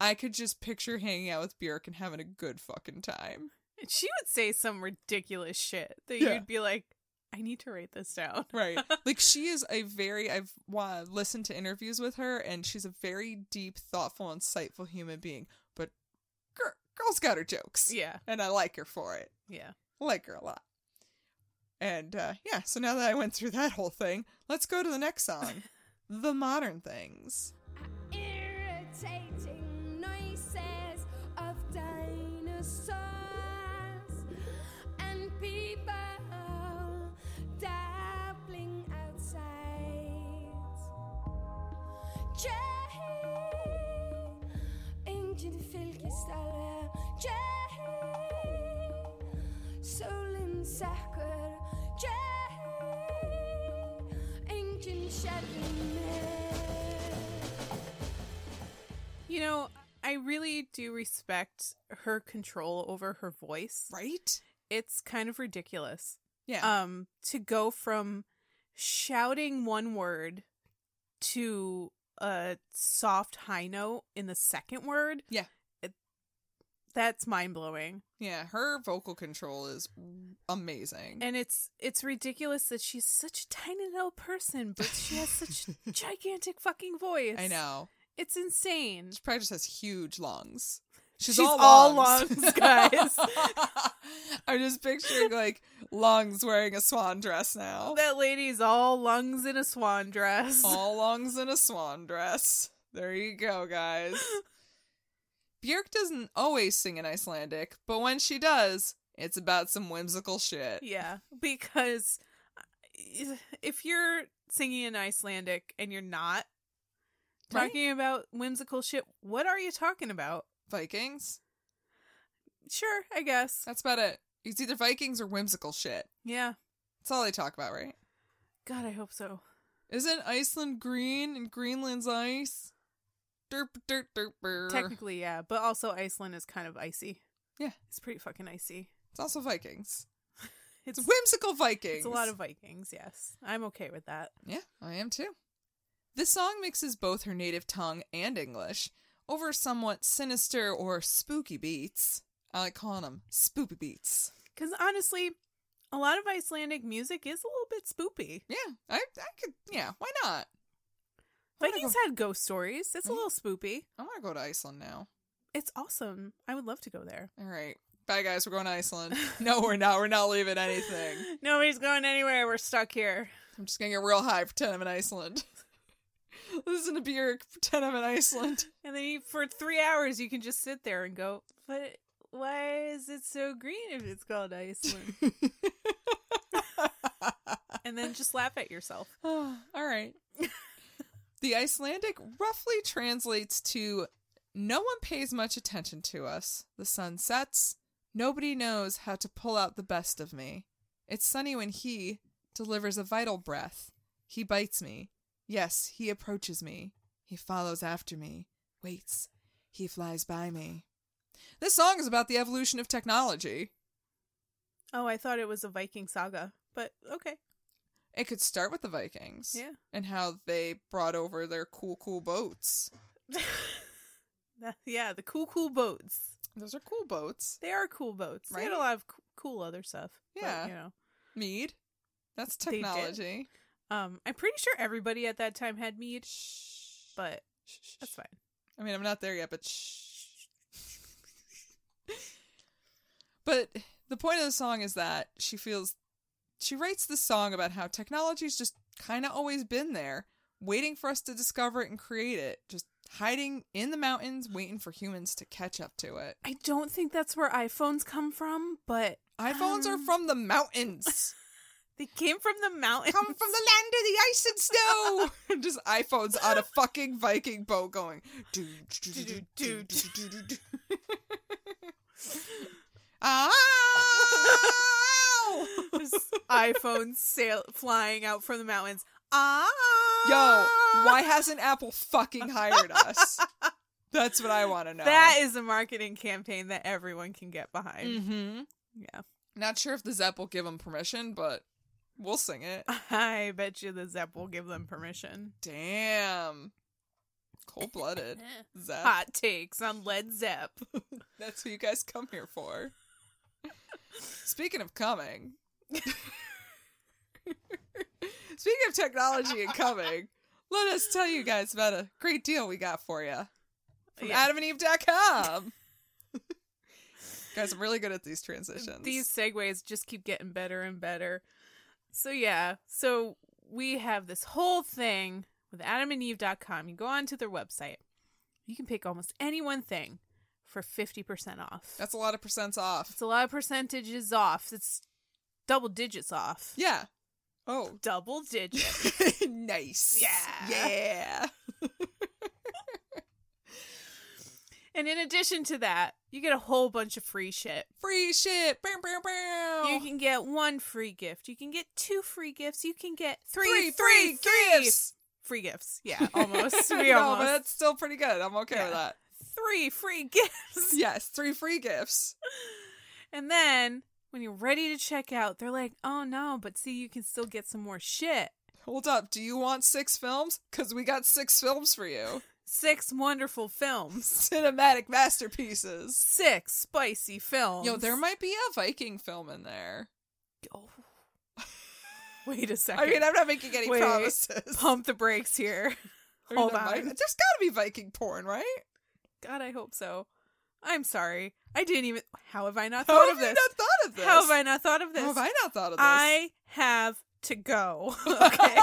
I could just picture hanging out with Bjork and having a good fucking time.
She would say some ridiculous shit that
Yeah.
you'd be like, I need to write this down.
Right. like she is a very I've wa- listened to interviews with her and she's a very deep, thoughtful, insightful human being, but girl, girl's got her jokes.
Yeah.
And I like her for it.
Yeah.
I like her a lot. And uh yeah, so now that I went through that whole thing, let's go to the next song. the modern things.
irritating noises of dinosaurs and people dabbling outside. Jay, ancient fylkistaller. Jay, solen sacker. Jay, ancient shadow.
You know, I really do respect her control over her voice.
Right?
It's kind of ridiculous.
Yeah.
Um, to go from shouting one word to a soft high note in the second word.
Yeah.
It, that's mind blowing.
yeah, her vocal control is amazing.
And it's it's ridiculous that she's such a tiny little person, but she has such a gigantic fucking voice.
I know.
It's insane.
She probably just has huge lungs.
She's all lungs, guys.
I'm just picturing like lungs wearing a swan dress now.
That lady's all lungs in a swan dress.
All lungs in a swan dress. There you go, guys. Björk doesn't always sing in Icelandic, but when she does, it's about some whimsical shit.
Yeah, because uh, if you're singing in Icelandic and you're not
Right?
talking about whimsical shit, what are you talking about?
Vikings?
Sure, I guess.
That's about it. It's either Vikings or whimsical shit.
Yeah.
That's all they talk about, right?
God, I hope so.
Isn't Iceland green and Greenland's ice? Derp, derp, derp, brr.
Technically, yeah, but also Iceland is kind of icy.
Yeah.
It's pretty fucking icy.
It's also Vikings.
It's
It's whimsical Vikings.
It's a lot of Vikings, yes. I'm okay with that.
Yeah, I am too. This song mixes both her native tongue and English over somewhat sinister or spooky beats. I like calling them spoopy beats.
Because honestly, a lot of Icelandic music is a little bit spoopy.
Yeah, I, I could. Yeah, why not? I wanna
Vikings
go-
had ghost stories. It's a
Mhm.
little spoopy.
I want to go to Iceland now.
It's awesome. I would love to go there.
All right, bye guys. We're going to Iceland. no, we're not. We're not leaving anything.
Nobody's going anywhere. We're stuck here.
I'm just gonna get real high, pretend I'm in Iceland. Listen to Björk, pretend I'm in Iceland.
And then you, for three hours, you can just sit there and go, but why is it so green if it's called Iceland? and then just laugh at yourself.
All right. the Icelandic roughly translates to no one pays much attention to us. The sun sets. Nobody knows how to pull out the best of me. It's sunny when he delivers a vital breath. He bites me. Yes, he approaches me. He follows after me. Waits. He flies by me. This song is about the evolution of technology.
Oh, I thought it was a Viking saga, but okay.
It could start with the Vikings.
Yeah.
And how they brought over their cool, cool boats.
That- yeah, the cool, cool boats.
Those are cool boats.
They are cool boats. They had a
Right?
lot of c- cool other stuff. but,
Yeah.
you know.
Mead. That's
They did.
technology.
Um, I'm pretty sure everybody at that time had mead, but that's fine.
I mean, I'm not there yet, but shh. but the point of the song is that she feels she writes this song about how technology's just kind of always been there, waiting for us to discover it and create it, just hiding in the mountains, waiting for humans to catch up to it.
I don't think that's where iPhones come from, but
iPhones are
Um,
from the mountains.
they came from the mountain.
Come from the land of the ice and snow. And just iPhones on a fucking Viking boat going. "Doo, doo, doo, doo, doo, doo, doo, doo, doo, doo." Ah! Ow!
Just iPhones sail flying out from the mountains. Ah,
Yo, why hasn't Apple fucking hired us? That's what I want to know.
That is a marketing campaign that everyone can get behind.
Mm-hmm.
Yeah.
Not sure if the Zep will give them permission, but we'll sing it.
I bet you the Zep will give them permission.
Damn. Cold blooded. Zep.
Hot takes on Led Zep.
That's what you guys come here for. Speaking of coming, speaking of technology and coming, let us tell you guys about a great deal we got for you from
Yeah.
adamandeve.com. guys, I'm really good at these transitions.
These segues just keep getting better and better. So yeah, so we have this whole thing with adamandeve.com. You go onto their website. You can pick almost any one thing for 50% off.
That's a lot of percents off.
It's a lot of percentages off. It's double digits off.
Yeah. Oh.
Double digits.
nice.
Yeah.
Yeah.
and in addition to that, you get a whole bunch of free shit.
Free shit. Bam, bam, bam.
You can get one free gift. You can get two free gifts. You can get
three,
three,
three,
free,
three gifts.
free gifts. Yeah, almost. We
no,
almost
but that's still pretty good. I'm okay with
Yeah.
that.
three free gifts.
Yes, three free gifts.
And then when you're ready to check out, they're like, "Oh no, but see, you can still get some more shit.
Hold up. Do you want six films? Because we got six films for you.
Six wonderful films.
Cinematic masterpieces.
Six spicy films.
Yo, there might be a Viking film in there.
Oh. Wait a second.
I mean, I'm not making any
Wait.
promises.
pump the brakes here.
I mean,
hold
there might-
on.
There's got to be Viking porn, right?
God, I hope so. I'm sorry. I didn't even. How have I not
How
thought
have
of
you
this?
not thought of this?
How have I not thought of this?
How have I not thought of this?
I have to go. Okay.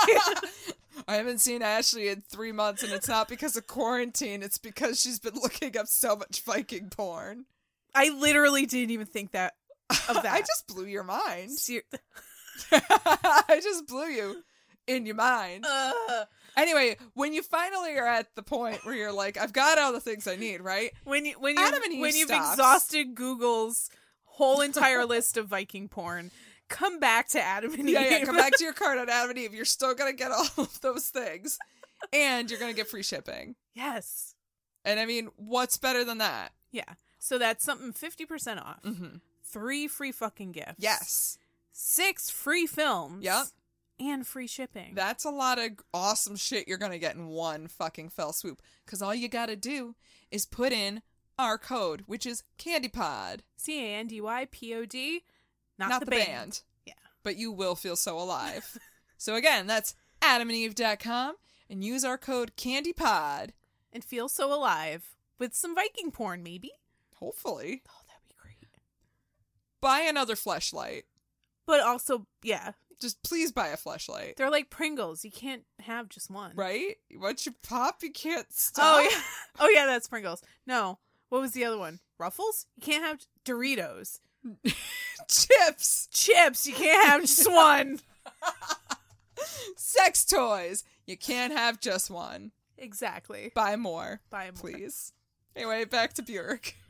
I haven't seen Ashley in three months, and it's not because of quarantine. It's because she's been looking up so much Viking porn.
I literally didn't even think that of that.
I just blew your mind.
Ser-
I just blew you in your mind.
Uh. Ugh.
Anyway, when you finally are at the point where you're like, I've got all the things I need, right?
when you when you
Adam and Eve
when you've
stops.
exhausted Google's whole entire list of Viking porn, come back to Adam and
Yeah,
Eve.
yeah. Come back to your card on Adam and Eve. You're still gonna get all of those things, and you're gonna get free shipping.
yes.
And I mean, what's better than that?
Yeah. So that's something fifty percent off.
Mm-hmm.
Three free fucking gifts.
Yes,
Six free films.
Yep.
And free shipping.
that's a lot of awesome shit you're gonna get in one fucking fell swoop. Because all you gotta do is put in our code, which is Candy Pod,
C A N D Y P O D. Not,
not, the, band.
Yeah.
but you will feel so alive. so again, that's adamandeve.com and use our code CandyPod.
And feel so alive with some Viking porn, maybe.
Hopefully,
Oh, that'd be great.
buy another fleshlight.
But also, yeah,
Just please buy a fleshlight.
they're like Pringles. You can't have just one.
Right? Once you pop, you can't stop.
Oh yeah. Oh yeah, that's Pringles. No. What was the other one? Ruffles? You can't have Doritos.
Chips,
Chips, you can't have just one.
sex toys. You can't have just one.
Exactly.
Buy more.
Buy more.
please. Anyway, back to Bjork.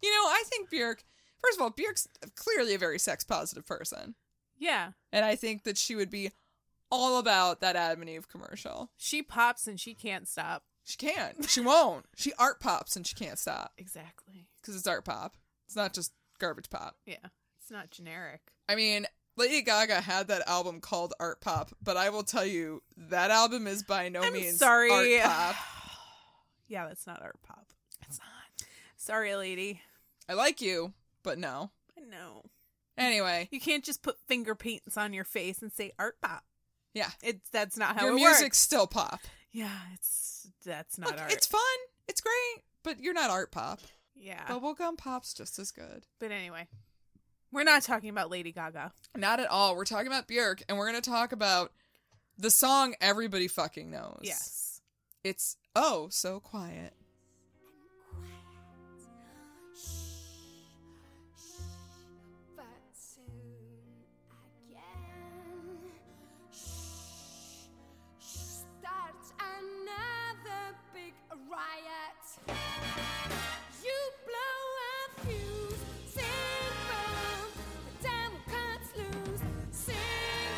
You know, I think Bjork. First of all, Bjork's clearly a very sex positive person,
Yeah.
and I think that she would be all about that Adam and Eve commercial.
She pops and she can't stop.
She can't. She won't. She art pops and she can't stop
Exactly.
because it's art pop. It's not just garbage pop.
Yeah. It's not generic.
I mean, Lady Gaga had that album called Art Pop, but I will tell you that album is by no
I'm
means
sorry.
art pop.
Yeah, that's not art pop. It's not. Sorry, lady.
I like you, but no.
I know.
Anyway,
You can't just put finger paints on your face and say art pop.
yeah,
It's that's not how
your
it
music's
works.
still pop.
Yeah, it's that's not
Look,
art.
it's fun, it's great, but you're not art pop.
yeah.
Bubblegum pop's just as good.
But anyway, We're not talking about Lady Gaga.
Not at all. We're talking about Björk, and we're going to talk about the song everybody fucking knows.
Yes.
It's Oh So Quiet.
But soon again, shh, start another big riot. You blow a fuse, sing boom, the devil cuts loose, sing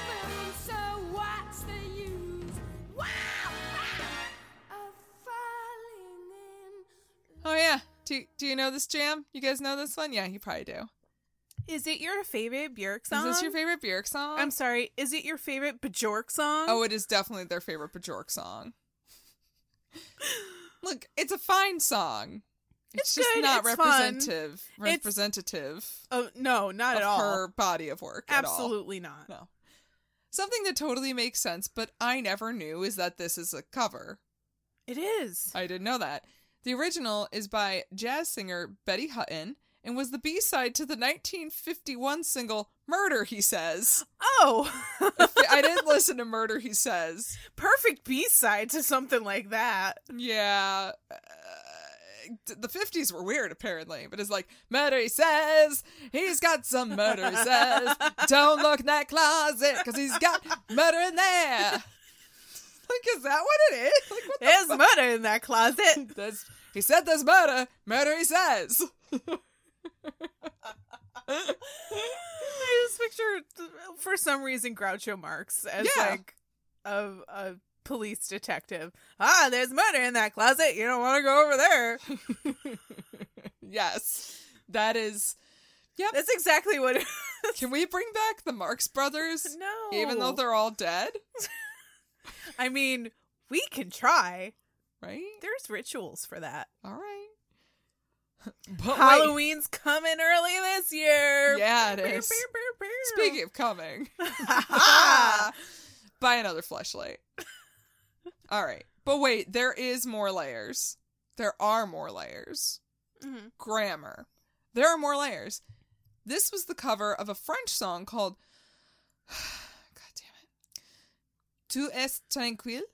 boom. So what's the use? Wow, wow, of falling in
Oh, yeah. Do, do you know this jam? You guys know this one? Yeah, you probably do.
Is it your favorite Bjork
Is
song?
this your favorite Björk song?
I'm sorry. Is it your favorite Bjork song?
Oh, it is definitely their favorite Bjork song. Look, it's a fine song. It's,
It's
just
good,
not
it's fun.
representative
It's-
representative
Oh, no, not
of
at all.
her body of work. at all.
Absolutely not.
No. Something that totally makes sense, but I never knew is that this is a cover.
It is.
I didn't know that. The original is by jazz singer Betty Hutton and was the B side to the 1951 single Murder, he says.
Oh,
I didn't listen to Murder, he says.
perfect B side to something like that.
Yeah. Uh, d- the 50s were weird, apparently, but it's like, murder, he says. He's got some murder, he says. Don't look in that closet because he's got murder in there. like, is that what it is? Like, what the
There's murder in that closet.
there's, he said there's murder. Murder, he says.
I just picture, for some reason, Groucho Marx as
Yeah.
like a, a police detective. Ah, there's murder in that closet. You don't want to go over there.
yes. That is.
That's exactly what. It
Can we bring back the Marx brothers?
no,
Even though they're all dead,
I mean, we can try.
right?
There's rituals for that.
All right. But wait.
Halloween's coming early this year.
Yeah, it
Pew,
is.
pew, pew, pew.
Speaking of coming, buy another flashlight. All right. But wait, there is more layers. There are more layers.
Mhm.
Grammar. There are more layers. This was the cover of a French song called God damn it. Tu es tranquille,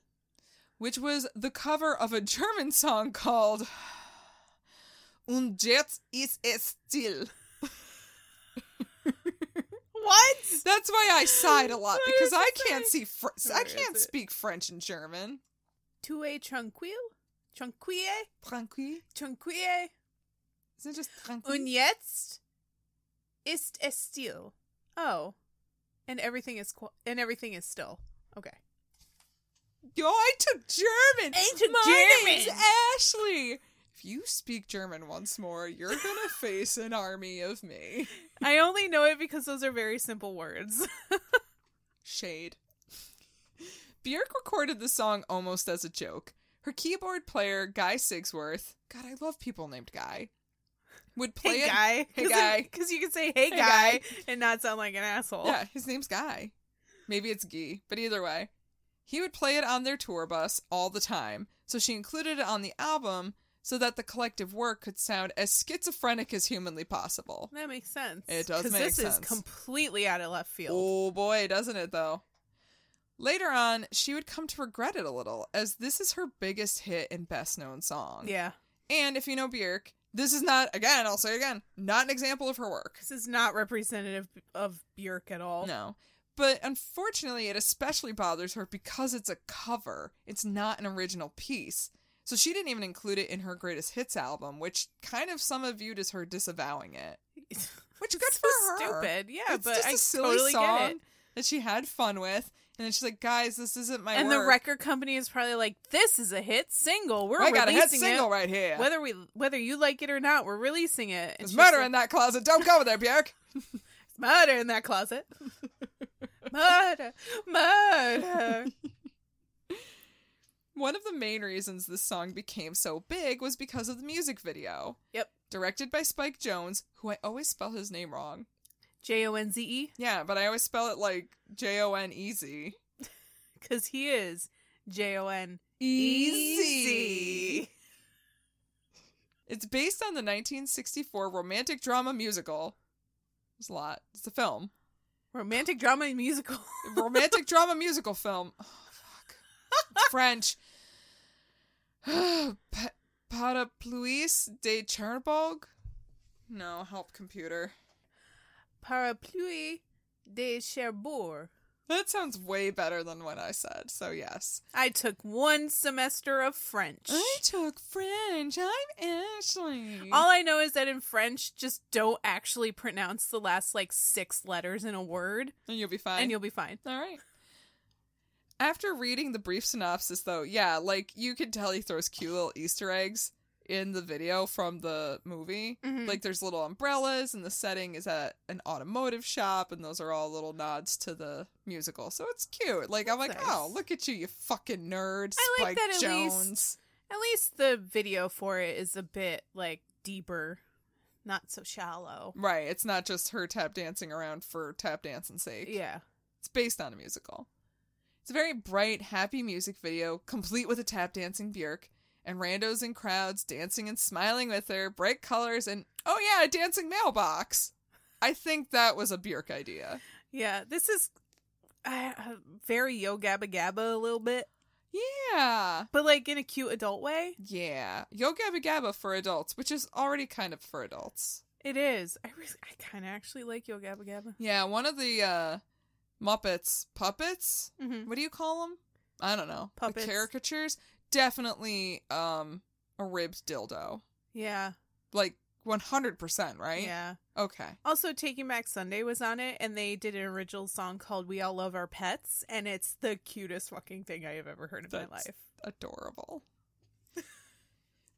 which was the cover of a German song called Und jetzt ist es still.
what?
That's why I sighed a lot
What
because
is
I
it
can't see.
saying?
Fr-
Where
I
is
can't
it?
speak French and German.
Tu es tranquille? Tranquille?
Tranquille.
Tranquille?
Is it just tranquille?
Und jetzt ist es still. Oh. And everything is qu- and everything is still. Okay.
Yo, I took German.
I took
My Name's
German.
Ashley. If you speak German once more, you're gonna face an army of me.
I only know it because those are very simple words.
Shade. Björk recorded the song almost as a joke. Her keyboard player, Guy Sigsworth, God, I love people named Guy, would play
hey
it.
guy.
Hey,
Cause
guy.
Because you can say hey, guy,
guy.
and not sound like an asshole.
Yeah, his name's Guy. Maybe it's Guy, but either way. He would play it on their tour bus all the time, so she included it on the album so that the collective work could sound as schizophrenic as humanly possible.
That makes sense.
It does
'Cause
make
this
sense.
is completely out of left field.
Oh boy, doesn't it though? Later on, she would come to regret it a little, as this is her biggest hit and best known song.
Yeah.
And if you know Björk, this is not, again, I'll say it again, not an example of her work.
This is not representative of Bjork at all.
No. But unfortunately, it especially bothers her because it's a cover. It's not an original piece. So she didn't even include it in her greatest hits album, which kind of some of viewed as her disavowing it. Which good
so
for her.
stupid. Yeah,
It's
but
just
I
a silly
totally
song
get it.
that she had fun with. And then she's like, guys, this isn't my
and
work.
the record company is probably like, "This is a hit single. We're
I got a hit
releasing
single
it,
right here.
whether we whether you like it or not. We're releasing it. And
There's
she's
murder
like,
in that closet. Don't go there, Björk.
"It's murder in that closet. murder, murder.
One of the main reasons this song became so big was because of the music video.
Yep.
Directed by Spike Jones, who I always spell his name wrong.
J O N Z E,
Yeah, but I always spell it like J O N E Z.
because he is J O N E
Easy. It's based on the 1964 romantic drama musical It's a lot. It's a film.
Romantic drama and musical.
romantic drama musical film. Oh, fuck. It's French. Pa- Parapluies de Cherbourg? No, help computer.
Parapluie de Cherbourg.
That sounds way better than what I said, so yes.
I took one semester of French.
took French. I'm Ashley.
All I know is that in French, just don't actually pronounce the last like six letters in a word,
and you'll be fine.
and you'll be fine.
All right. After reading the brief synopsis, though, yeah, like you can tell he throws cute little Easter eggs in the video from the movie.
Mhm.
Like there's little umbrellas, and the setting is at an automotive shop, and those are all little nods to the musical. So it's cute. Like I'm like,
That's
oh,
nice.
look at you, you fucking nerd,
I
Spike
like that at least-
Jones.
At least the video for it is a bit like deeper, not so shallow.
Right. It's not just her tap dancing around for tap dancing sake.
Yeah.
It's based on a musical. It's a very bright, happy music video, complete with a tap dancing Bjork, and randos in crowds dancing and smiling with her, bright colors, and oh yeah, a dancing mailbox. I think that was a Bjork idea.
Yeah. This is uh, very Yo Gabba Gabba a little bit,
Yeah.
but like in a cute adult way.
Yeah. Yo Gabba Gabba for adults, which is already kind of for adults.
It is. I really, I kind of actually like Yo Gabba Gabba.
Yeah, one of the uh Muppets puppets?
Mm-hmm.
What do you call them? I don't know. The
Puppets.
caricatures? Definitely um a ribbed dildo.
Yeah.
like 100%, right?
Yeah.
Okay.
Also, Taking Back Sunday was on it, and they did an original song called "We All Love Our Pets," and it's the cutest fucking thing I have ever heard in my
That's-
life.
Adorable.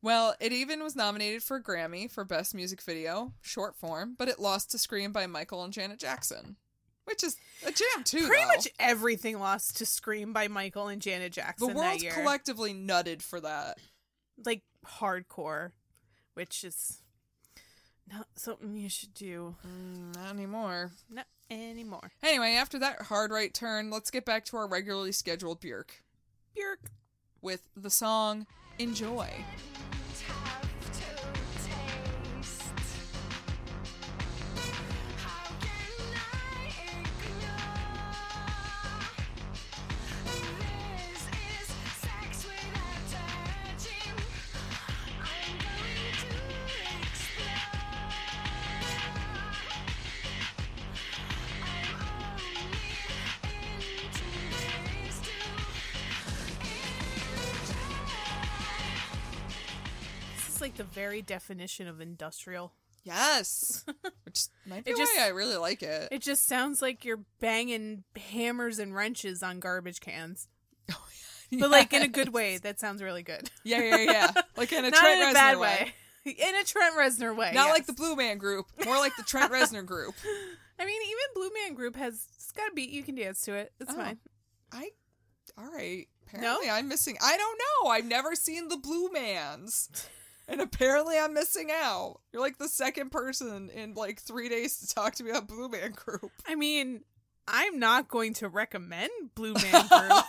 well, it even was nominated for a Grammy for Best Music Video, short form, but it lost to Scream by Michael and Janet Jackson, which is a jam too.
Pretty
though.
much everything lost to "Scream" by Michael and Janet
the
Jackson that
world
year,
collectively nutted for that.
like hardcore, which is not something you should do
Mm, not anymore.
not anymore.
Anyway, after that hard right turn, let's get back to our regularly scheduled Bjork
Bjork.
with the song Enjoy.
This is like the very definition of industrial.
Yes, which might be
It
why
just-
I really like it.
It just sounds like you're banging hammers and wrenches on garbage cans. But like in a good way, that sounds really good.
Yeah, yeah, yeah. Like in a
Not
Trent
in a
Reznor
bad
way.
way. In a Trent Reznor way.
Not
yes.
like the Blue Man Group, more like the Trent Reznor Group.
I mean, even Blue Man Group has it's got a beat you can dance to it. It's
Oh.
fine.
I, all right. Apparently, I'm missing. I don't know. I've never seen the Blue Mans, and apparently, I'm missing out. You're like the second person in like three days to talk to me about Blue Man Group.
I mean, I'm not going to recommend Blue Man Group.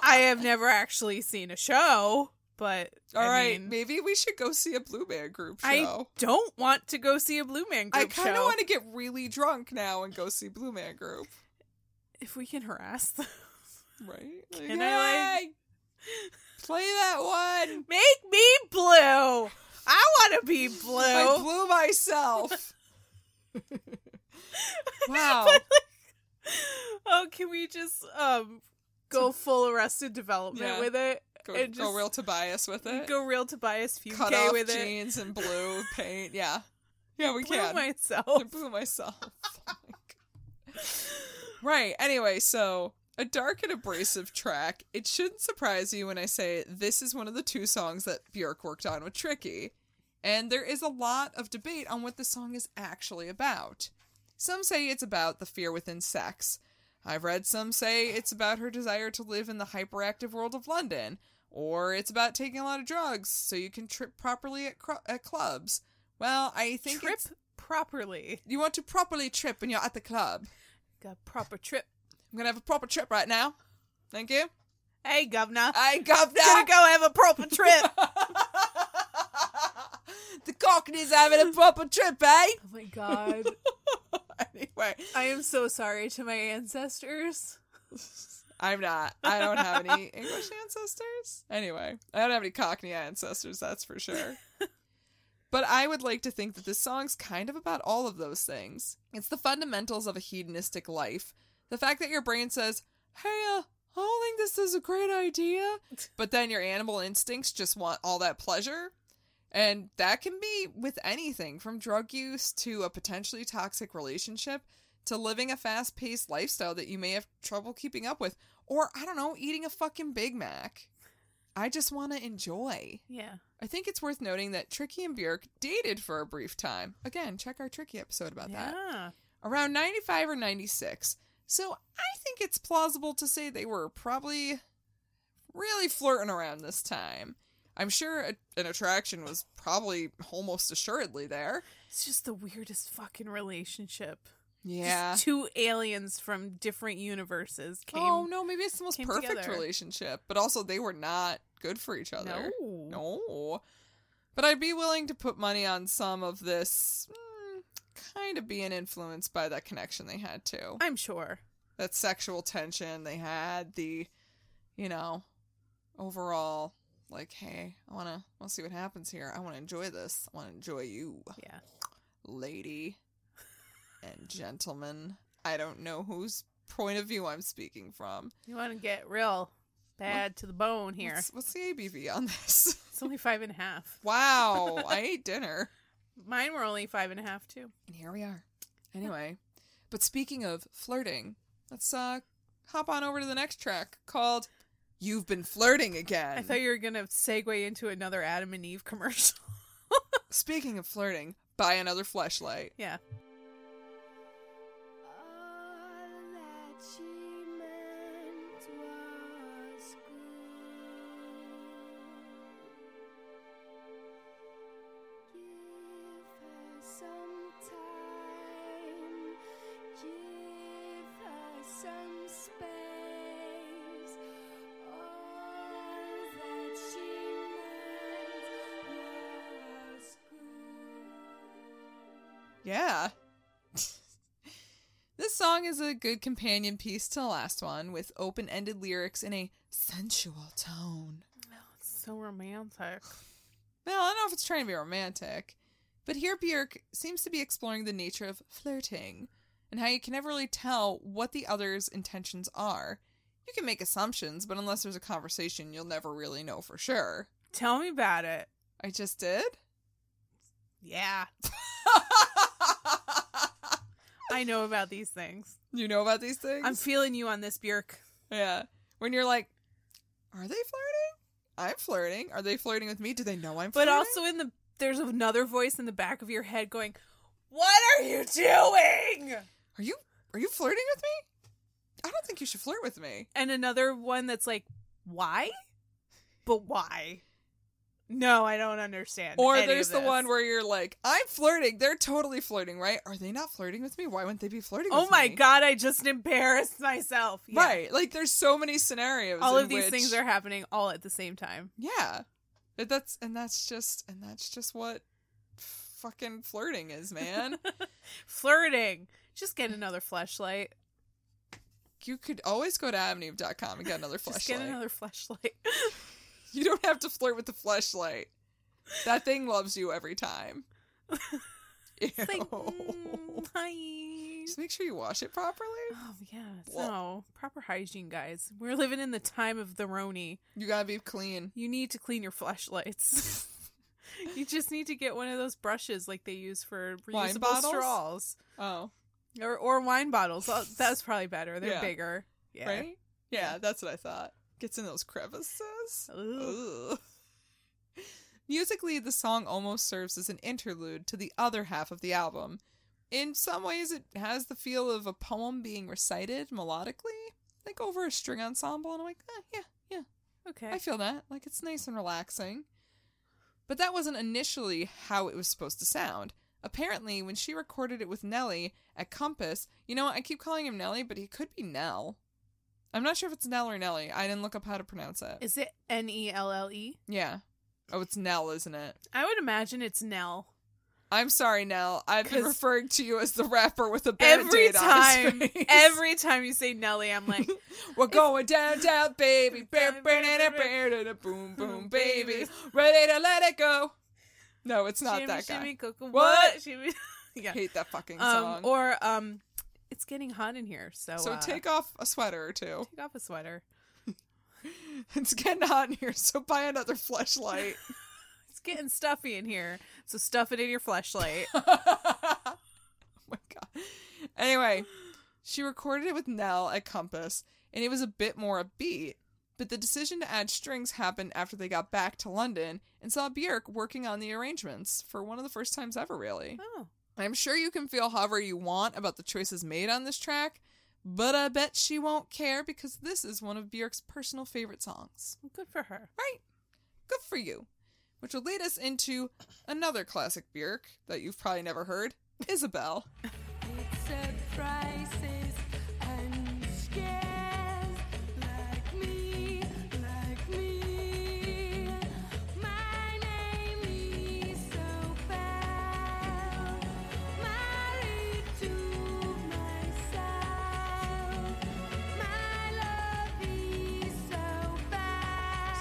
I have never actually seen a show, but
All
I
right,
mean,
maybe we should go see a Blue Man Group
I
show.
don't want to go see a Blue Man Group
I kind of
show.
want to get really drunk now and go see Blue Man Group.
If we can harass them,
Right?
Can I, like-
hey, play that one?
make me blue. I want to be blue.
I blew myself. wow.
oh, can we just um go full Arrested Development
Yeah.
with it?
Go,
it
go
just-
real Tobias with it.
Go real Tobias
Uh, Cut
Fugay
off
with it.
jeans and blue paint. Yeah. Yeah, we
Blew
can.
myself.
I blew myself. Oh my God. right. Anyway, so a dark and abrasive track. It shouldn't surprise you when I say this is one of the two songs that Bjork worked on with Tricky. And there is a lot of debate on what the song is actually about. Some say it's about the fear within sex. I've read some say it's about her desire to live in the hyperactive world of London, or it's about taking a lot of drugs so you can trip properly at, cru- at clubs. Well, I think
Trip
it's
properly.
you want to properly trip when you're at the club.
Got a proper trip.
I'm gonna have a proper trip right now. Thank you.
Hey,
Uh,
governor.
I got
Gonna
that.
Oh go have a proper trip.
The Cockney's having a proper trip, eh?
Oh my god.
anyway,
I am so sorry to my ancestors.
I'm not. I don't have any English ancestors. Anyway, I don't have any Cockney ancestors, that's for sure. But I would like to think that this song's kind of about all of those things. It's the fundamentals of a hedonistic life. The fact that your brain says, hey, uh, I don't think this is a great idea, but then your animal instincts just want all that pleasure. And that can be with anything from drug use to a potentially toxic relationship to living a fast paced lifestyle that you may have trouble keeping up with, or I don't know, eating a fucking Big Mac. I just want to enjoy.
Yeah.
I think it's worth noting that Tricky and Bjork dated for a brief time. Again, check our Tricky episode about that.
Yeah.
Around 95 or 96. So I think it's plausible to say they were probably really flirting around this time. I'm sure a- an attraction was probably almost assuredly there.
It's just the weirdest fucking relationship.
Yeah.
Just two aliens from different universes came.
oh no, maybe it's the most
came
perfect
together.
relationship. But also, they were not good for each other.
No.
No. But I'd be willing to put money on some of this mm, kind of being influenced by that connection they had too.
I'm sure.
That sexual tension they had, the, you know, overall, like, hey, I wanna, wanna see what happens here. I wanna enjoy this. I wanna enjoy you,
Yeah.
lady and gentleman. I don't know whose point of view I'm speaking from.
You want to get real bad to the bone here.
What's, what's the ABV on this?
It's only five and a half.
wow, I ate dinner.
Mine were only five and a half too.
And here we are. Anyway, but speaking of flirting, let's uh hop on over to the next track called You've Been Flirting Again.
I thought you were gonna segue into another Adam and Eve commercial.
Speaking of flirting, buy another fleshlight.
yeah.
All that she meant was good. Give her some time. Give her some space. All that she meant was good.
Yeah. this song is a good companion piece to the last one with open ended lyrics in a sensual tone.
So romantic.
Well, I don't know if it's trying to be romantic, but here Bjork seems to be exploring the nature of flirting and how you can never really tell what the other's intentions are. You can make assumptions, but unless there's a conversation, you'll never really know for sure.
Tell me about it.
I just did.
Yeah. I know about these things.
you know about these things?
I'm feeling you on this, Bjork.
yeah. When you're like, are they flirting? I'm flirting. Are they flirting with me? Do they know I'm
But
flirting?
also in the there's another voice in the back of your head going, "What are you doing?"
Are you are you flirting with me? I don't think you should flirt with me.
And another one that's like, "Why?" But why? No, I don't understand.
Or
any of
there's the
this.
one where you're like, I'm flirting. They're totally flirting, right? Are they not flirting with me? Why wouldn't they be flirting
"Oh
with
my
me?
god, I just embarrassed myself." Yeah.
Right. Like there's so many scenarios.
All
in
of these
which-
things are happening all at the same time.
Yeah. But that's and that's just and that's just what fucking flirting is, man.
Flirting. Just get another flashlight.
you could always go to avenue.com and get another
Just
flashlight.
get another flashlight.
You don't have to flirt with the flashlight. That thing loves you every time. Ew.
It's like, mm, hi.
Just make sure you wash it properly.
Oh yeah,
Well-
no proper hygiene, guys. We're living in the time of the Roni.
You gotta be clean.
You need to clean your flashlights. you just need to get one of those brushes like they use for
Wine
reusable
bottles?
straws
Oh,
or or wine bottles. Oh, that's probably better. They're
Yeah.
bigger. Yeah.
right? Yeah, that's what I thought. Gets in those crevices.
Ooh.
Ugh. Musically, the song almost serves as an interlude to the other half of the album. In some ways, it has the feel of a poem being recited melodically, like over a string ensemble, and I'm like, eh, yeah, yeah,
Okay.
I feel that. Like it's nice and relaxing. But that wasn't initially how it was supposed to sound. Apparently, when she recorded it with Nelly at Compass, you know, I keep calling him Nelly, but he could be Nell. I'm not sure if it's Nell or Nelly. I didn't look up how to pronounce it.
Is it N E L L E?
yeah. Oh, it's Nell, isn't it?
I would imagine it's Nell.
I'm sorry, Nell. I've been
'Cause-
referring to you as the rapper with a
Every
band-aid on
time,
his face.
every time you say Nelly, I'm like,
We're going down, down, baby. Bear, bear, da, da, bear, da, da, boom, boom, baby. Ready to let it go. No, it's not
shimmy,
that guy.
shimmy, cocoa,
What?
what? Shimmy. yeah.
Hate that fucking
Um,
song.
or um, it's getting hot in here, so
so
uh,
take off a sweater or two.
take off a sweater.
It's getting hot in here, so buy another flashlight.
It's getting stuffy in here, so stuff it in your flashlight.
Oh my god. Anyway, she recorded it with Nell at Compass, and it was a bit more upbeat. But the decision to add strings happened after they got back to London and saw Björk working on the arrangements for one of the first times ever, really.
oh,
I'm sure you can feel however you want about the choices made on this track, but I bet she won't care because this is one of Björk's personal favorite songs.
good for her.
Right. Good for you. Which will lead us into another classic Björk that you've probably never heard, Isabel.
Surprises and scares like me, like me. My name is Sophia, married to myself. My love is Sophia,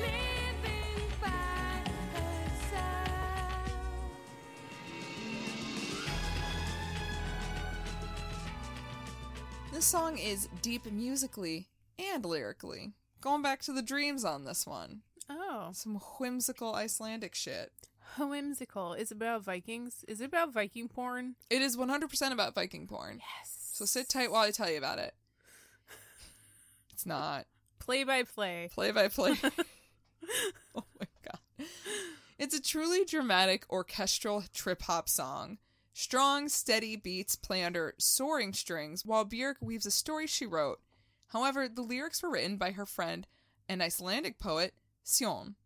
living by herself.
This song is deep musically and lyrically. Going back to the dreams on this one.
Oh,
Some whimsical Icelandic shit.
how whimsical! Is it about Vikings? Is it about Viking porn?
It is 100% about Viking porn.
Yes.
So sit tight while I tell you about it. It's not.
Play by play.
Play by play. oh my god. It's a truly dramatic orchestral trip hop song. Strong, steady beats play under soaring strings while Björk weaves a story she wrote. However, the lyrics were written by her friend and Icelandic poet Sion.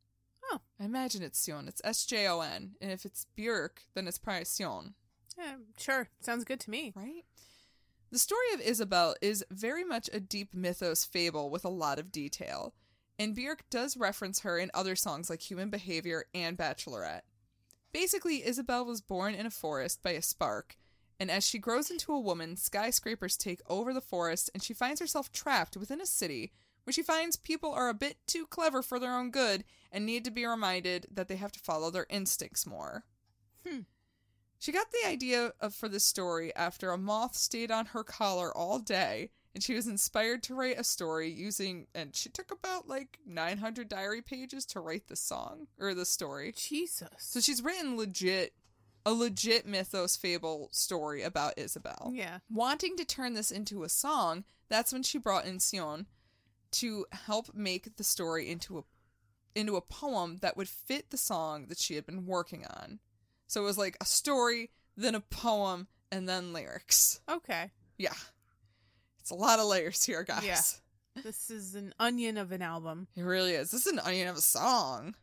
Oh.
I imagine it's Sion. It's S J O N. And if it's Björk, then it's probably Sion.
Yeah, sure, sounds good to me.
Right? The story of Isabel is very much a deep mythos fable with a lot of detail, and Björk does reference her in other songs like Human Behavior and Bachelorette. Basically, Isabel was born in a forest by a spark, and as she grows into a woman, skyscrapers take over the forest, and she finds herself trapped within a city where she finds people are a bit too clever for their own good and need to be reminded that they have to follow their instincts more. She got the idea of, for this story after a moth stayed on her collar all day, and she was inspired to write a story using. And she took about like 900 diary pages to write the song or the story.
Jesus.
So she's written legit, a legit mythos fable story about Isabel.
Yeah.
Wanting to turn this into a song, that's when she brought in Sion to help make the story into a into a poem that would fit the song that she had been working on. So it was like a story, then a poem, and then lyrics.
Okay.
Yeah. It's a lot of layers here, guys.
Yeah. This is an onion of an album.
It really is. This is an onion of a song.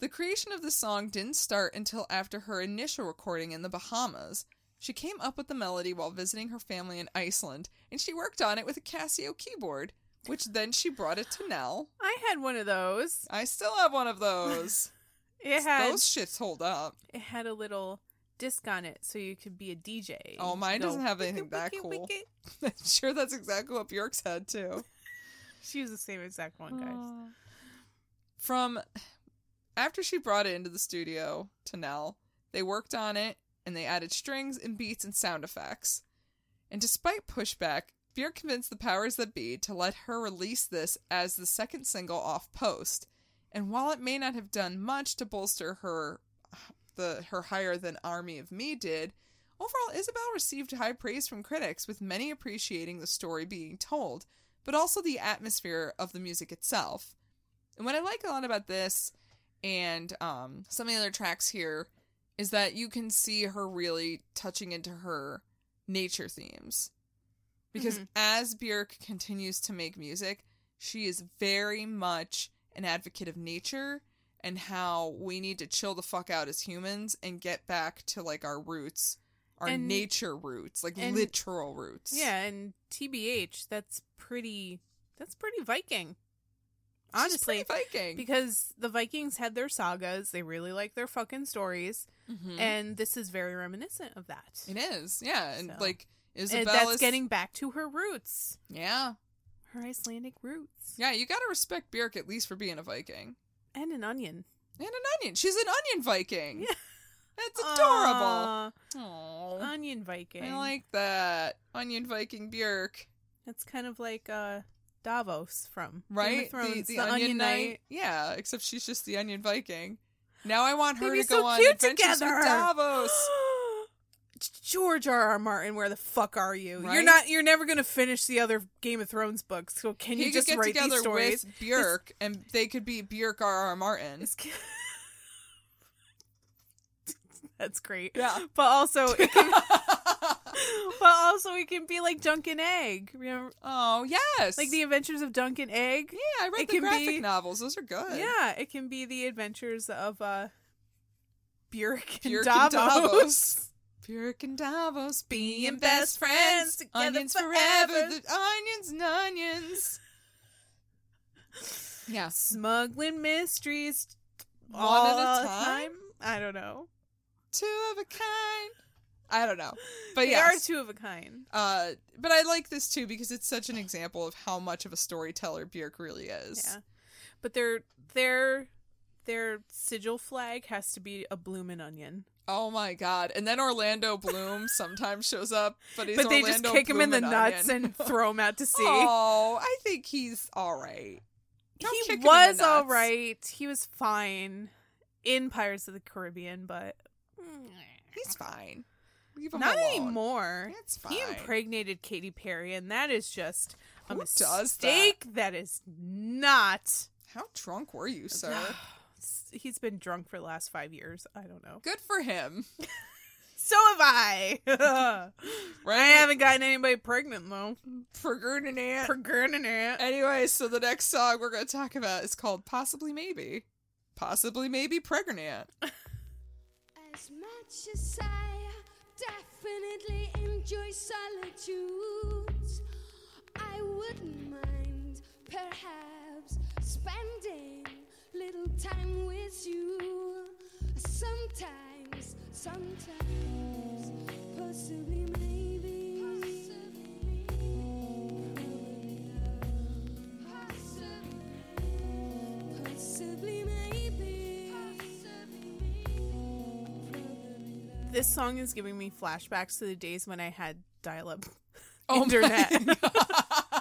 The creation of the song didn't start until after her initial recording in the Bahamas. She came up with the melody while visiting her family in Iceland, and she worked on it with a Casio keyboard, which then she brought it to Nell.
I had one of those.
I still have one of those.
It had
Those shits hold up.
it had a little disc on it, so you could be a DJ.
Oh, mine
Go,
doesn't have
"Wiki,
anything that
wiki,
cool."
wiki."
I'm sure that's exactly what Bjork's had, too.
She was the same exact one, guys.
From after she brought it into the studio to Nell, they worked on it and they added strings and beats and sound effects. And despite pushback, Björk convinced the powers that be to let her release this as the second single off Post. And while it may not have done much to bolster her the her higher than Army of Me did, overall Isabel received high praise from critics with many appreciating the story being told, but also the atmosphere of the music itself. And what I like a lot about this and um, some of the other tracks here is that you can see her really touching into her nature themes. Because
Mm-hmm.
as Björk continues to make music, she is very much an advocate of nature and how we need to chill the fuck out as humans and get back to like our roots, our
And-
nature roots, like
and-
literal roots.
Yeah, and TBH, that's pretty. That's pretty Viking.
She's
honestly,
pretty Viking.
because the Vikings had their sagas. They really like their fucking stories,
Mhm.
and this is very reminiscent of that.
it is, yeah, and
So.
like
And
Isabella's
that's getting back to her roots,
yeah,
her Icelandic roots,
yeah. You gotta respect Bjork at least for being a Viking
and an onion.
and an onion. She's an onion Viking.
Yeah.
That's adorable.
Aw,
Aww.
onion Viking.
I like that onion Viking Bjork.
That's kind of like uh, Davos from Game of
right?
Thrones, the, onion, knight.
Yeah, except she's just the onion Viking. Now I want
They'd
her
be
to go
so
on
cute
adventures
together.
with Davos.
George R. R. Martin, where the fuck are you? You're
Right?
not. You're never gonna finish the other Game of Thrones books. So can
he
you just
could get
write
together
these stories?
with Bjork, and they could be Bjork R. R. Martin.
This ca- That's great.
Yeah.
but also, it can, but also, it can be like Dunkin' Egg. Remember,
oh yes,
like the Adventures of Dunkin' Egg.
yeah. I read
it
the
can
graphic
be-
novels; those are good.
Yeah, it can be the Adventures of uh, Bjork and
Bjork
Davos.
and Davos. Bjork and Davos being best friends,
together
onions
forever.
The onions and onions. Yes,
Smuggling mysteries,
One at
all
a
the
time?
I don't know.
two of a kind. I don't know, but
they
yes.
are two of a kind.
Uh, but I like this too because it's such an example of how much of a storyteller Bjork really is.
Yeah. But their their their sigil flag has to be a bloomin' onion.
Oh my god! And then Orlando Bloom sometimes shows up, but he's
but they
Orlando
just kick him in the
Bloom and
nuts
Onion.
and throw him out to sea.
Oh, I think he's all right. Don't kick
he
him in the
was
nuts.
all right. He was fine in Pirates of the Caribbean, but
He's fine. Leave him
not
alone.
anymore.
It's
He
fine.
impregnated Katy Perry, and that is just a
Who does that?
mistake. that is not.
How drunk were you, sir?
He's been drunk for the last five years. I don't know.
Good for him.
So have I.
Right?
I haven't gotten anybody pregnant though.
for Gurdon Ant.
Pregnant it.
Anyway, so the next song we're going to talk about is called Possibly Maybe. Possibly Maybe Pregnant.
As much as I definitely enjoy solitude, I wouldn't mind perhaps spending little time with you. Sometimes, sometimes, possibly maybe. Possibly maybe. Possibly maybe.
This song is giving me flashbacks to the days when I had dial-up
Oh my
internet.
God.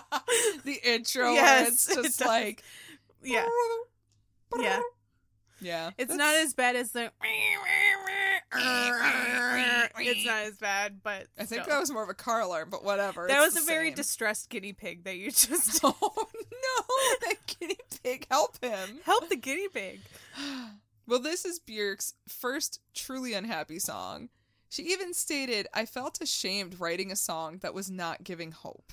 the intro
Yes,
where it's
it
just
does.
like
yeah, yeah.
yeah
It's
that's-
not as bad as the. it's not as bad, but
i think
still.
that was more of a car alarm but whatever
that
it's
was a
the
very
same.
distressed guinea pig that you just
oh no that guinea pig help him
help the guinea pig.
well this is bjork's first truly unhappy song she even stated i felt ashamed writing a song that was not giving hope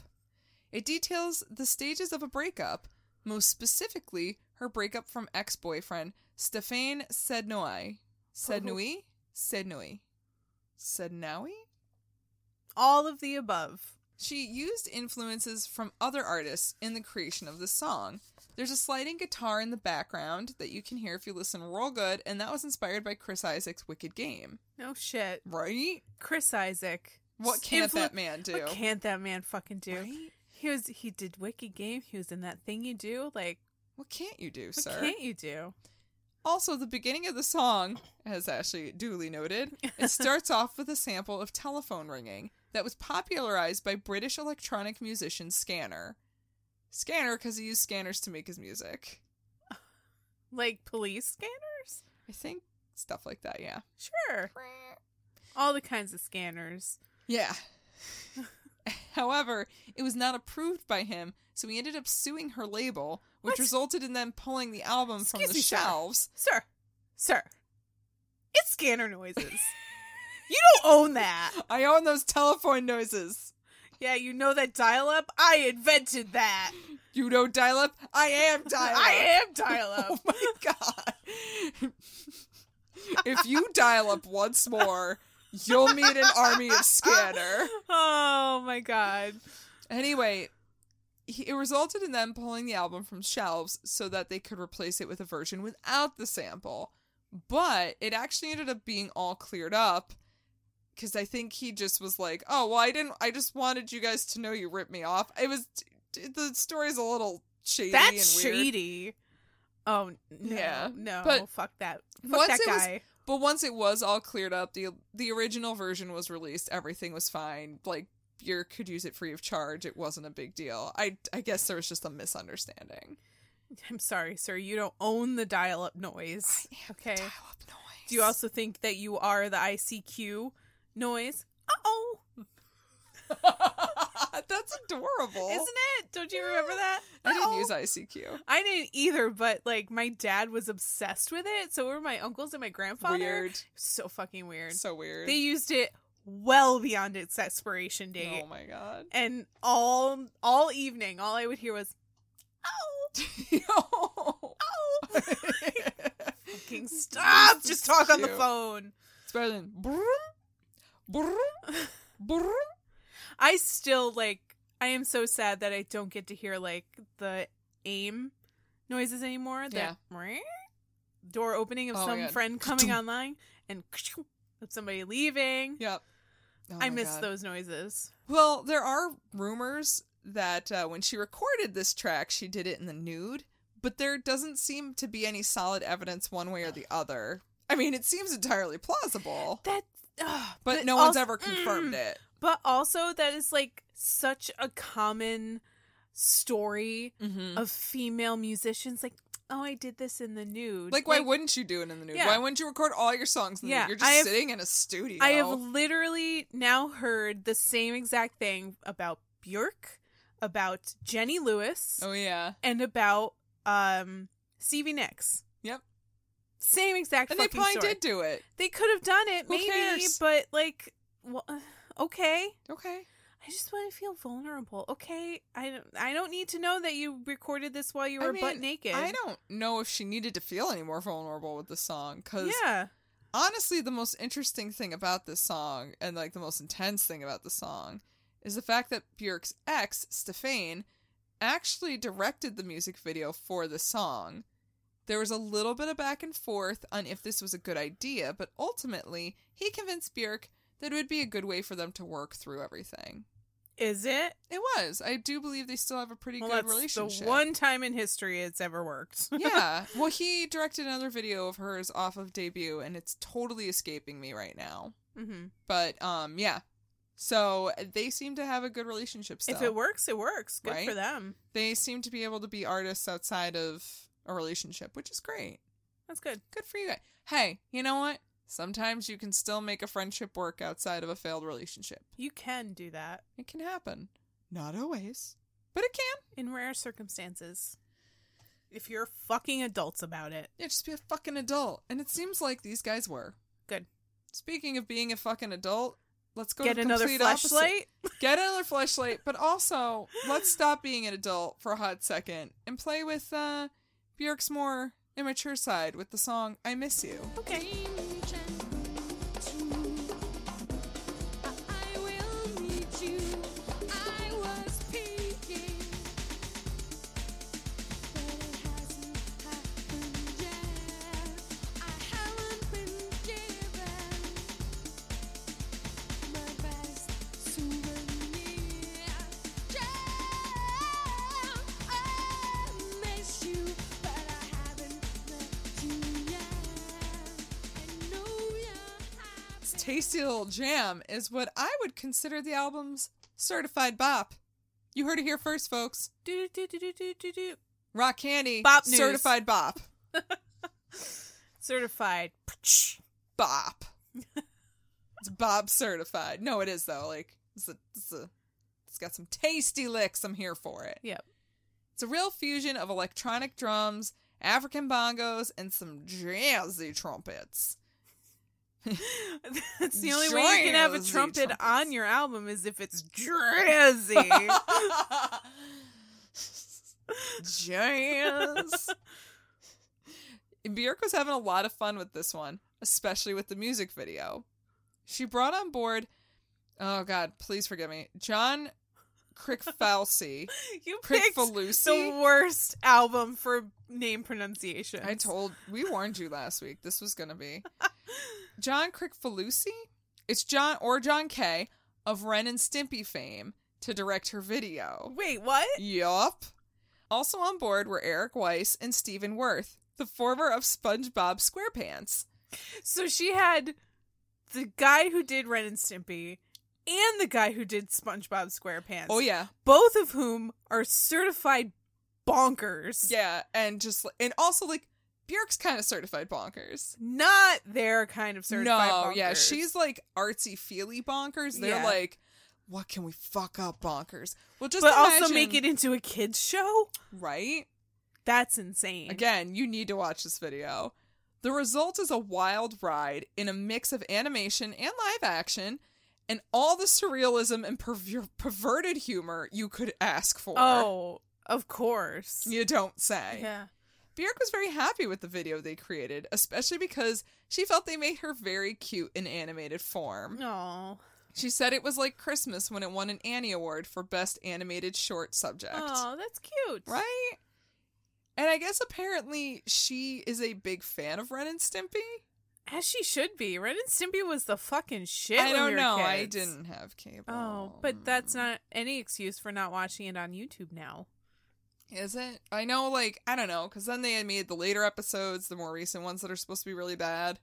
it details the stages of a breakup most specifically her breakup from ex-boyfriend stéphane sednoy sednoy sednoy sednoy
All of the above.
She used influences from other artists in the creation of this song. There's a sliding guitar in the background that you can hear if you listen real good, and that was inspired by Chris Isaac's Wicked Game.
No shit.
Right?
Chris Isaac.
What can't
Influ-
that man do?
What can't that man fucking do?
Right?
He was he did Wicked Game. He was in that thing you do. Like
What can't you do,
what
sir?
can't you do?
Also, the beginning of the song, as Ashley duly noted, it starts off with a sample of telephone ringing that was popularized by British electronic musician Scanner. Scanner, because he used scanners to make his music.
Like police scanners?
I think stuff like that, yeah.
Sure. All the kinds of scanners.
Yeah. However, it was not approved by him, so he ended up suing her label, which
What?
resulted in them pulling the album
Excuse
from the
me, sir.
shelves.
Sir. Sir. It's scanner noises. you don't own that.
I own those telephone noises.
Yeah, you know that dial up? I invented that.
You know dial up? I am dial up.
I am dial
Oh
up.
my god. if you dial up once more, you'll meet an army of scanner.
oh my god.
Anyway, he- it resulted in them pulling the album from shelves so that they could replace it with a version without the sample. But it actually ended up being all cleared up because I think he just was like, "Oh, well, I didn't. I just wanted you guys to know you ripped me off." It was the story's a little shady.
That's
and weird.
shady. Oh n- no,
Yeah,
no,
but
fuck that, fuck
once
that
it was-
guy.
But once it was all cleared up, the the original version was released. Everything was fine. Like Björk could use it free of charge. It wasn't a big deal. I I guess there was just a misunderstanding.
I'm sorry, sir. You don't own the dial-up noise. okay.
Dial-up noise.
Do you also think that you are the ICQ noise? Uh oh,
That's adorable.
isn't it? Don't you remember that?
Oh. I didn't
Uh-oh.
use ICQ.
I didn't either, but like my dad was obsessed with it. So were my uncles and my grandfather.
Weird.
So fucking weird.
So weird.
They used it well beyond its expiration date.
oh my god.
And all all evening, all I would hear was "Oh,
Yo.
fucking stop.
This is
Just talk on the
cute.
phone.
It's better than brum, brum, brum.
I still like I am so sad that I don't get to hear like the aim noises anymore. That door opening of
Oh my
some
God.
friend coming online and of somebody leaving.
Yep. Oh
I
my
miss
God.
those noises.
Well, there are rumors that uh, when she recorded this track, she did it in the nude, but there doesn't seem to be any solid evidence one way or the other. I mean, it seems entirely plausible,
That, ugh,
but, no one's
als-
ever confirmed
mm.
it.
But also, that is like such a common story
Mm-hmm.
of female musicians. Like, oh, I did this in the nude.
Like, why wouldn't you do it in the nude?
Yeah.
Why wouldn't you record all your songs in the
Yeah,
nude? You're
I
just
have-
sitting in a studio.
I have literally now heard the same exact thing about Bjork, about Jenny Lewis,
Oh, yeah.
and about um Stevie Nicks.
Yep.
Same exact.
And they
fucking
probably
story.
did do it.
They could have done it,
Who
maybe,
cares?
but like, well, uh, okay.
Okay.
I just want to feel vulnerable. Okay, I don't. I don't need to know that you recorded this while you were
I mean,
butt naked.
I don't know if she needed to feel any more vulnerable with the song because
Yeah,
honestly the most interesting thing about this song and like the most intense thing about the song is the fact that Björk's ex Stefan actually directed the music video for the song. There was a little bit of back and forth on if this was a good idea, but ultimately he convinced Björk that it would be a good way for them to work through everything.
is it?
It was. I do believe they still have a pretty
Well,
good
that's
relationship.
the one time in history it's ever worked.
yeah. Well, he directed another video of hers off of debut, and it's totally escaping me right now.
hmm
But um, yeah. So they seem to have a good relationship. Still.
If it works, it works. Good
Right?
for them.
they seem to be able to be artists outside of a relationship, which is great.
That's good.
Good for you guys. Hey, you know what? Sometimes you can still make a friendship work outside of a failed relationship.
You can do that
It can happen. Not always, but it can.
in rare circumstances if you're fucking adults about it.
Yeah, just be a fucking adult. And it seems like these guys were.
Good.
Speaking of being a fucking adult, let's go
Get
to the
another
complete opposite.
flashlight.
Get another flashlight, but also let's stop being an adult for a hot second and play with uh, Bjork's more immature side with the song "I Miss You."
Okay.
I will need you. I was peeking, but it hasn't happened yet. I haven't been given my best souvenir. Jam, I miss you, but I haven't met you yet. I know you're
This tasty little jam is what I would consider the album's certified bop. You heard it here first, folks.
Do do do do do do do.
Rock Candy,
Bop news.
certified bop,
Certified.
bop. it's bop certified. No, it is though. Like it's a, it's a, it's got some tasty licks. I'm here for it.
Yep.
It's a real fusion of electronic drums, African bongos, and some jazzy trumpets.
That's the only way you can have a
Jazzy
trumpet
trumpets.
on your album is if it's jazzy.
Jazz. Bjork was having a lot of fun with this one, especially with the music video. She brought on board, oh God, please forgive me, John Crick Falsy.
You
Crick
picked the
Falusi?
worst album for name pronunciation.
I told we warned you last week this was gonna be John Crick Falusi. It's John or John Kay of Ren and Stimpy fame to direct her video.
Wait, what?
Yup. Also on board were Eric Weiss and Stephen Worth, the former of SpongeBob SquarePants.
So she had the guy who did Ren and Stimpy and the guy who did SpongeBob SquarePants.
Oh yeah,
Both of whom are certified bonkers.
yeah, and just li- and also like Bjork's kind of certified bonkers.
Not their kind of certified
no,
bonkers.
yeah, she's like artsy feely bonkers. They're
Yeah.
like, what can we fuck up bonkers? Well, just
but also
imagine-
make it into a kids show?
right.
That's insane.
Again, you need to watch this video. The result is a wild ride in a mix of animation and live action, and all the surrealism and perver- perverted humor you could ask for.
Oh, of course.
You don't say.
Yeah.
Bjork was very happy with the video they created, especially because she felt they made her very cute in animated form.
No.
She said it was like Christmas when it won an Annie Award for Best Animated Short Subject.
Oh, that's cute.
Right? And I guess apparently she is a big fan of Ren and Stimpy.
As she should be. Ren and Stimpy was the fucking shit.
I
when
don't
we were
know. I
kids.
didn't have cable.
Oh, but
Um,
that's not any excuse for not watching it on YouTube now.
Is it? I know, like, I don't know, because then they had made the later episodes, the more recent ones that are supposed to be really bad.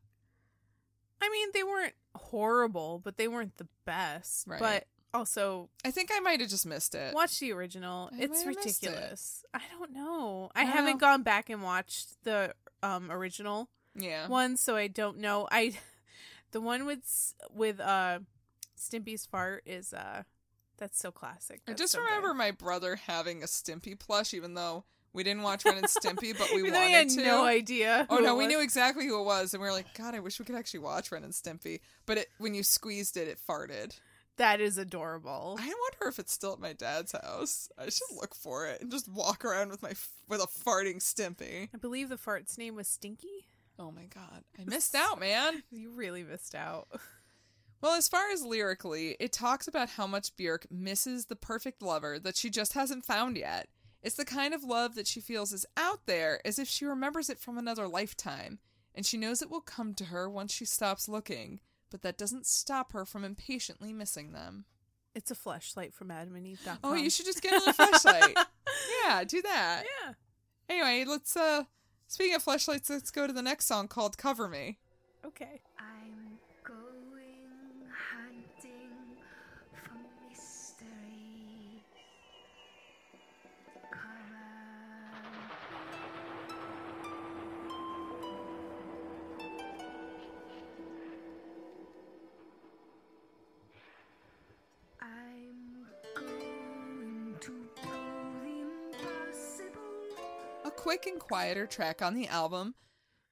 I mean, they weren't horrible, but they weren't the best.
Right.
But also,
I think I might have just missed it.
watch the original.
I might
it's
have missed it.
ridiculous. I don't know. I
don't
haven't
know.
gone back and watched the um original
Yeah.
one, so I don't know. I the one with s- with uh Stimpy's fart is uh that's so classic.
I
That's
just
so good.
remember my brother having a Stimpy plush, even though we didn't watch Ren and Stimpy, but we wanted
Even though I had
to.
no idea.
Oh
who
no,
it
we
was.
knew exactly who it was, and we were like, God, I wish we could actually watch Ren and Stimpy. But it, when you squeezed it, it farted.
that is adorable.
I wonder if it's still at my dad's house. I should look for it and just walk around with my f- with a farting Stimpy.
I believe the fart's name was Stinky.
Oh my god. I missed out, man.
You really missed out.
Well, as far as lyrically, it talks about how much Björk misses the perfect lover that she just hasn't found yet. It's the kind of love that she feels is out there as if she remembers it from another lifetime, and she knows it will come to her once she stops looking, but that doesn't stop her from impatiently missing them.
It's a flashlight from adamandeve.com.
Oh, you should just get another flashlight. Yeah, do that.
Yeah.
Anyway, let's uh speaking of flashlights, let's go to the next song called Cover Me.
Okay.
I'm going hunting for mystery. I'm going to do the impossible.
A quick and quieter track on the album,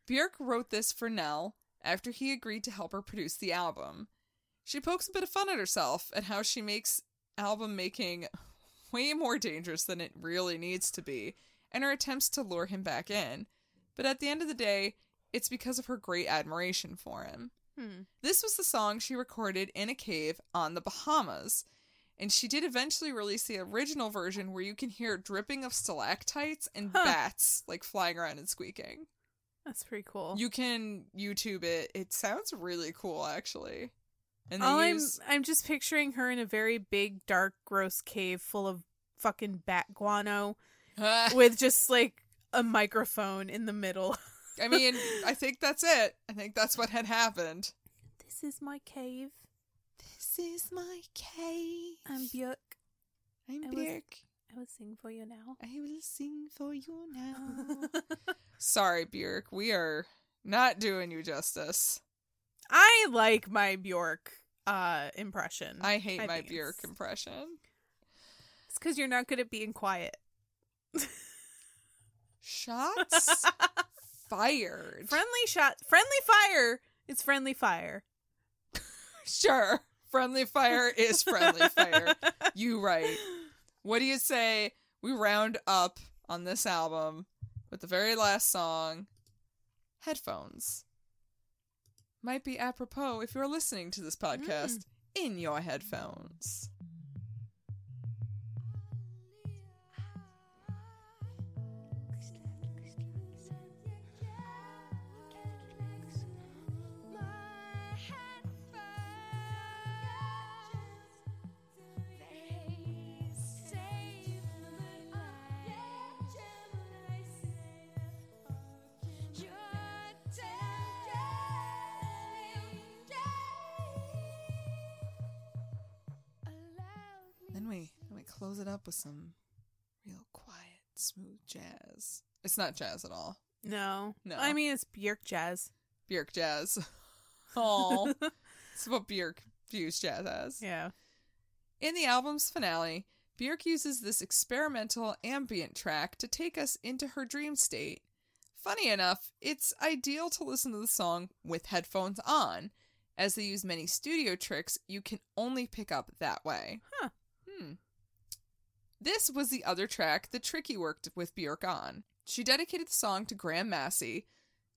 Björk wrote this for Nell after he agreed to help her produce the album. She pokes a bit of fun at herself and how she makes album making way more dangerous than it really needs to be, and her attempts to lure him back in. But at the end of the day, it's because of her great admiration for him.
Hmm.
This was the song she recorded in a cave on the Bahamas. And she did eventually release the original version where you can hear dripping of stalactites and
Huh.
bats like flying around and squeaking.
That's pretty cool.
You can YouTube it. It sounds really cool actually. And
All
they
I'm
use
I'm just picturing her in a very big, dark, gross cave full of fucking bat guano with just like a microphone in the middle.
I mean, I think that's it. I think that's what had happened.
This is my cave.
This is my cave.
I'm Björk.
I'm
I was-
Björk.
I will sing for you now.
I will sing for you
Oh.
now. Sorry, Björk. We are not doing you justice.
I like my Björk uh impression.
I hate my
think it's-
Bjork impression.
It's because you're not good at being quiet.
Shots fired.
Friendly shot, friendly fire. It's friendly fire.
sure. Friendly fire is friendly fire. You right. What do you say we round up on this album with the very last song, Headphones? Might be apropos if you're listening to this podcast in your headphones.
I
close it up with some real quiet, smooth jazz. It's not jazz at all.
No.
No.
I mean, it's Bjork jazz.
Bjork jazz. Oh, it's what Bjork views jazz as.
Yeah.
In the album's finale, Björk uses this experimental ambient track to take us into her dream state. Funny enough, it's ideal to listen to the song with headphones on, as they use many studio tricks you can only pick up that way.
Huh.
Hmm. This was the other track that Tricky worked with Björk on. She dedicated the song to Graham Massey,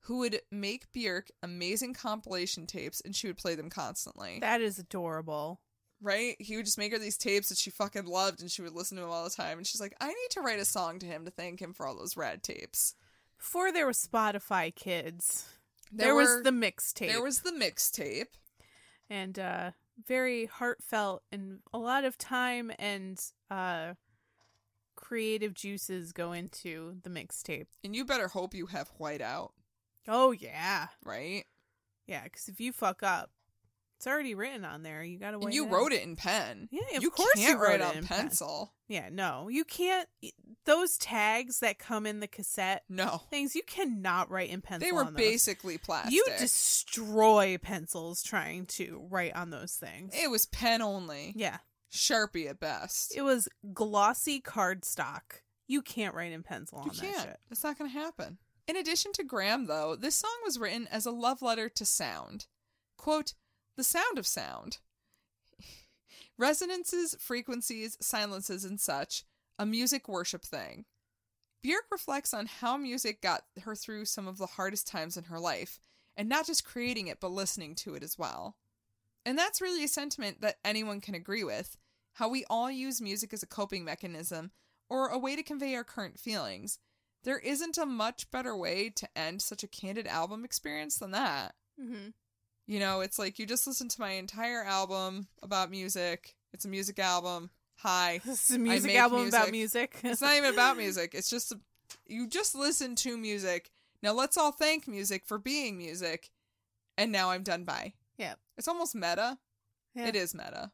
who would make Björk amazing compilation tapes and she would play them constantly
That is adorable.
right? He would just make her these tapes that she fucking loved and she would listen to him all the time. And she's like, I need to write a song to him to thank him for all those rad tapes.
Before there was Spotify kids, there, was
were-
the mixtape.
There was the mixtape.
and uh very heartfelt and a lot of time and uh creative juices go into the mixtape.
And you better hope you have white out,
Oh yeah.
right?
Yeah, cuz if you fuck up, it's already written on there. You got to
and you wrote it in pen.
Oh, Yeah, of
you
course you
can't write
wrote it
on
in pen.
pencil.
Yeah, no. You can't those tags that come in the cassette
No.
things you cannot write in pencil
They were
on those.
basically plastic.
You destroy pencils trying to write on those things.
It was pen only.
yeah.
Sharpie at best.
It was glossy cardstock. You can't write in pencil on
you
that
can't.
shit.
It's not going to happen. In addition to Graham, though, this song was written as a love letter to sound. Quote, the sound of sound. Resonances, frequencies, silences, and such, a music worship thing. Björk reflects on how music got her through some of the hardest times in her life, and not just creating it, but listening to it as well. And that's really a sentiment that anyone can agree with how we all use music as a coping mechanism or a way to convey our current feelings. There isn't a much better way to end such a candid album experience than that.
Mm-hmm.
You know, it's like you just listened to my entire album about music. It's a music album. Hi.
This is a
I
music
make
album about music.
It's not even about music. It's just you just listen to music. Now let's all thank music for being music. And now I'm done by.
Yeah.
It's almost meta.
Yeah.
It is meta.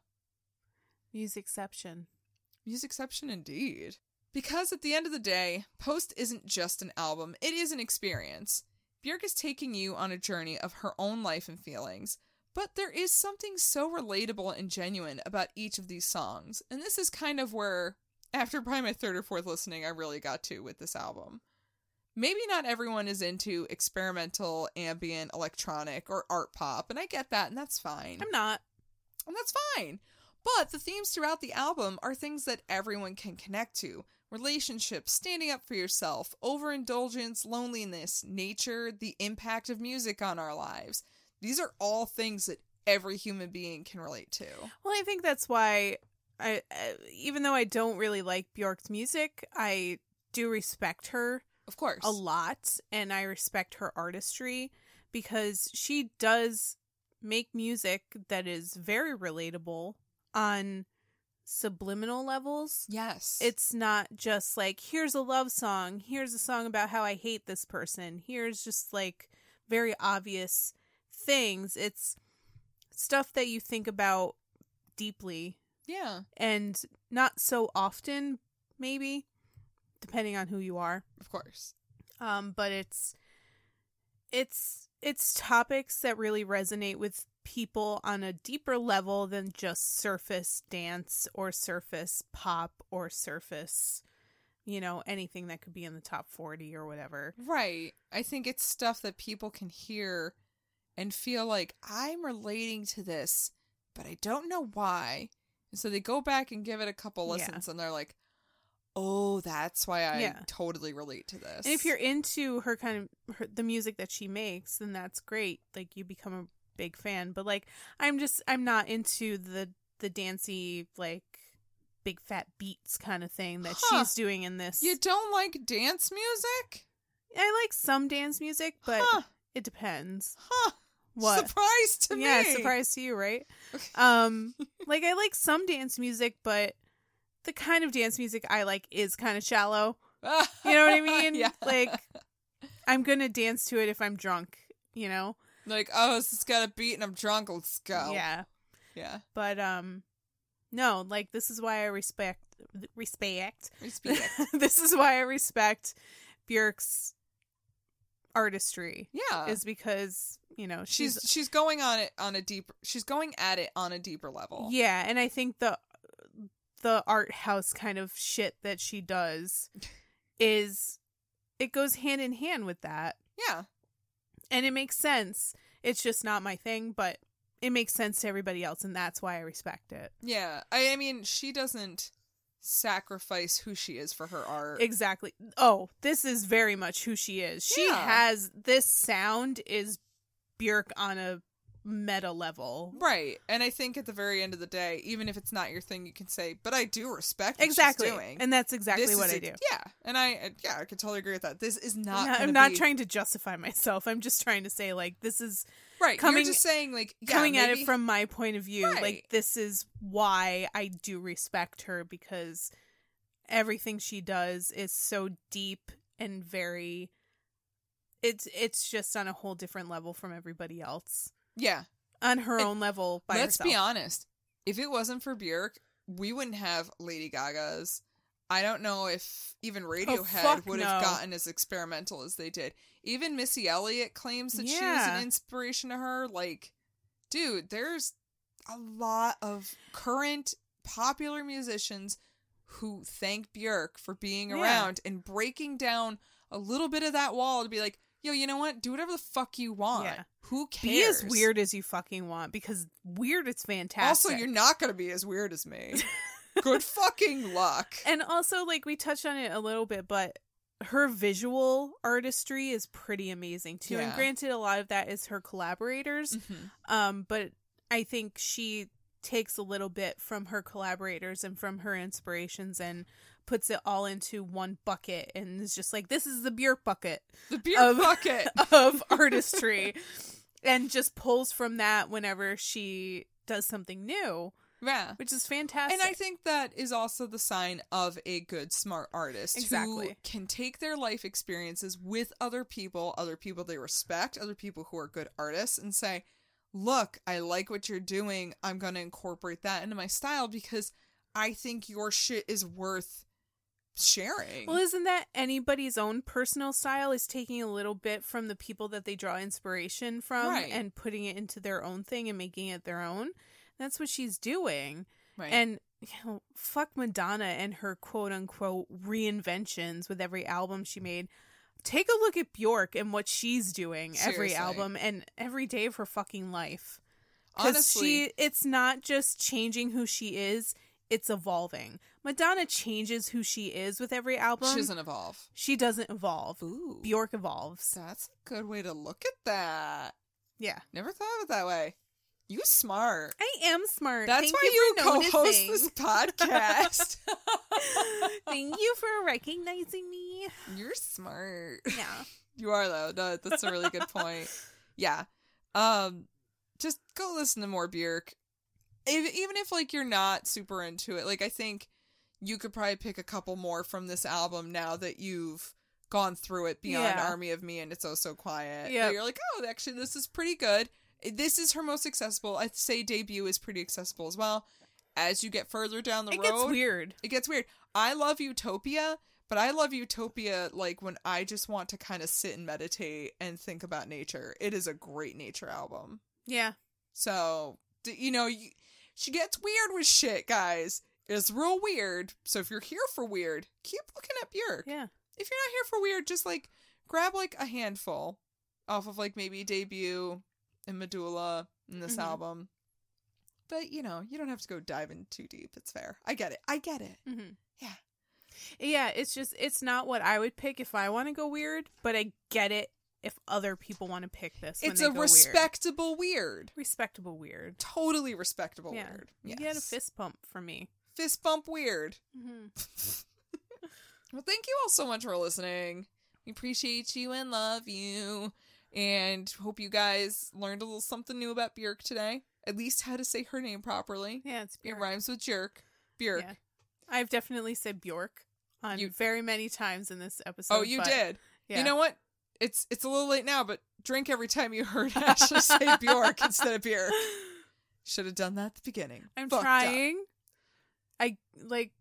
Musicception.
Musicception indeed. Because at the end of the day, Post isn't just an album, it is an experience. Björk is taking you on a journey of her own life and feelings, but there is something so relatable and genuine about each of these songs, and this is kind of where, after probably my third or fourth listening, I really got to with this album. Maybe not everyone is into experimental, ambient, electronic, or art pop, and I get that, and that's fine.
I'm not.
And that's fine. But the themes throughout the album are things that everyone can connect to relationships, standing up for yourself, overindulgence, loneliness, nature, the impact of music on our lives. These are all things that every human being can relate to.
Well, I think that's why I, I even though I don't really like Bjork's music, I do respect her
Of course.
a lot and I respect her artistry because she does make music that is very relatable on subliminal levels.
Yes.
it's not just like here's a love song here's a song about how i hate this person here's just like very obvious things it's stuff that you think about deeply
yeah,
and not so often maybe depending on who you are
of course.
um but it's it's it's topics that really resonate with people on a deeper level than just surface dance or surface pop or surface you know anything that could be in the top 40 or whatever
Right. I think it's stuff that people can hear and feel like I'm relating to this, but I don't know why. And so they go back and give it a couple
Yeah.
listens and they're like, "Oh, that's why I
Yeah.
totally relate to this."
and if you're into her kind of her, the music that she makes then that's great like you become a big fan but like i'm just i'm not into the the dancey like big fat beats kind of thing that
Huh.
she's doing in this
You don't like dance music?
I like some dance music, but
Huh.
it depends.
Huh.
What?
Surprise to
yeah,
me.
surprise to you, right? Um, like I like some dance music, but the kind of dance music I like is kind of shallow. Uh, You know what I mean?
yeah.
Like I'm gonna dance to it if I'm drunk. You know?
Like, oh, this has got a beat and I'm drunk. Let's go.
Yeah.
Yeah.
But um, no, like this is why I respect respect.
Respect.
this is why I respect Bjork's artistry
Yeah.
is because you know
she's she's going on it on a deep she's going at it on a deeper level.
Yeah, and I think the the art house kind of shit that she does is it goes hand in hand with that.
Yeah.
And it makes sense. It's just not my thing, but it makes sense to everybody else and that's why I respect it.
Yeah. I, I mean, she doesn't sacrifice who she is for her art.
Exactly. Oh, this is very much who she is. She
Yeah.
has this sound is Bjork on a meta level.
Right. And I think at the very end of the day, even if it's not your thing, you can say, "But I do respect what she's
Exactly.
doing."
And that's exactly
This
what
is
I
ex-
do.
Yeah. And I and yeah, I could totally agree with that. This is
I'm
not
not-
gonna
I'm not
be-
trying to justify myself. I'm just trying to say like this is
Right.
coming-
You're just saying like yeah,
coming at
maybe-
it from my point of view.
Right.
Like this is why I do respect her because everything she does is so deep and very it's it's just on a whole different level from everybody else.
Yeah.
On her
And
own level by
Let's
herself.
be honest. If it wasn't for Bjork, we wouldn't have Lady Gaga's. I don't know if even Radiohead
Oh, fuck
would have
no.
gotten as experimental as they did. Even Missy Elliott claims that she was
Yeah.
an inspiration to her. Like, dude, there's a lot of current popular musicians who thank Bjork for being
Yeah.
around and breaking down a little bit of that wall to be like, yo, you know what? Do whatever the fuck you want.
Yeah.
Who cares?
Be as weird as you fucking want because weird it's fantastic.
Also, you're not going to be as weird as me. Good fucking luck.
And also, like we touched on it a little bit, but her visual artistry is pretty amazing too. And
Yeah.
granted, a lot of that is her collaborators. Um, but I think she takes a little bit from her collaborators and from her inspirations and puts it all into one bucket and is just like, this is the beer bucket
The beer
Of-
bucket.
of artistry. and just pulls from that whenever she does something new,
yeah.
which is fantastic.
And I think that is also the sign of a good, smart artist who
Exactly.
can take their life experiences with other people, other people they respect, other people who are good artists, and say, Look, I like what you're doing. I'm going to incorporate that into my style because I think your shit is worth sharing.
Well, isn't that anybody's own personal style is taking a little bit from the people that they draw inspiration from
Right.
and putting it into their own thing and making it their own? That's what she's doing.
right.
And you know, fuck Madonna and her quote unquote reinventions with every album
Mm.
she made. Take a look at Bjork and what she's doing every
Seriously.
album and every day of her fucking life. Because
Honestly-
she, it's not just changing who she is; it's evolving. Madonna changes who she is with every album.
she doesn't evolve.
She doesn't evolve.
Ooh.
Bjork evolves.
That's a good way to look at that.
Yeah.
Never thought of it that way. You smart.
I am smart.
That's
Thank
why
you,
you,
for
co-host
noticing.
this podcast.
Thank you for recognizing me.
You're smart.
Yeah.
You are though. No, that's a really good point. Yeah. Um just go listen to more Bjork. If, even if like you're not super into it, like I think you could probably pick a couple more from this album now that you've gone through it beyond
Yeah.
Army of Me and It's Oh So Quiet. Yeah.
Yep.
You're like, "Oh, actually this is pretty good." Eh, This is her most accessible. I'd say debut is pretty accessible as well. As you get further down the
It
road,
gets weird.
it gets weird. I love Utopia, but I love Utopia like when I just want to kind of sit and meditate and think about nature. It is a great nature album.
Yeah.
So, d- you know, you, she gets weird with shit, guys. It's real weird. So if you're here for weird, keep looking at Bjork.
Yeah.
If you're not here for weird, just like grab like a handful off of like maybe debut and medulla in this
Mhm.
album. But you know, you don't have to go diving too deep. It's fair. I get it. I get it.
Mm-hmm.
Yeah.
Yeah. It's just, it's not what I would pick if I want to go weird, but I get it if other people want to pick this. when
It's
they
a
go weird.
respectable weird.
respectable weird.
Totally respectable
Yeah.
weird.
You
Yes.
get a fist pump for me.
Fist bump weird.
Mm-hmm.
Well, thank you all so much for listening. We appreciate you and love you. And hope you guys learned a little something new about Bjork today. At least how to say her name properly.
Yeah. It's
It
Bjork.
rhymes with jerk. Bjork.
Yeah. I've definitely said Bjork on
You-
very many times in this episode.
oh, you
but-
did.
Yeah.
You know what? It's it's a little late now, but drink every time you heard Ashley say Bjork instead of Bjork. Should have done that at the beginning.
I'm
Fucked up.
trying. I like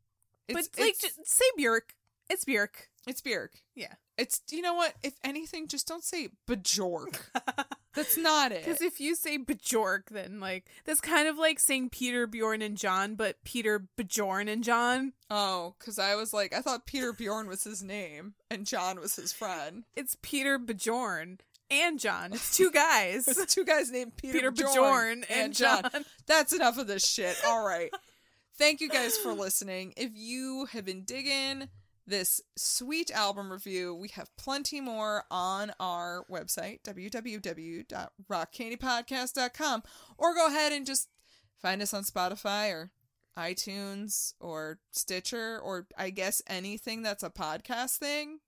but
It's,
like,
it's,
just say Bjork. It's Bjork.
it's Bjork.
Yeah.
It's you know what? If anything, just don't say Bjork. That's not it.
Because if you say Bjork, then like that's kind of like saying Peter Bjorn and John, but Peter Bjorn and John.
Oh, because I was like, I thought Peter Bjorn was his name and John was his friend.
It's Peter Bjorn and John. It's two guys.
It's two guys named Peter,
Peter
Bjorn,
Bjorn and John.
That's enough of this shit. All right. Thank you guys for listening. If you have been digging this sweet album review, we have plenty more on our website, www.rockcandypodcast.com, or go ahead and just find us on Spotify or iTunes or Stitcher or I guess anything that's a podcast thing.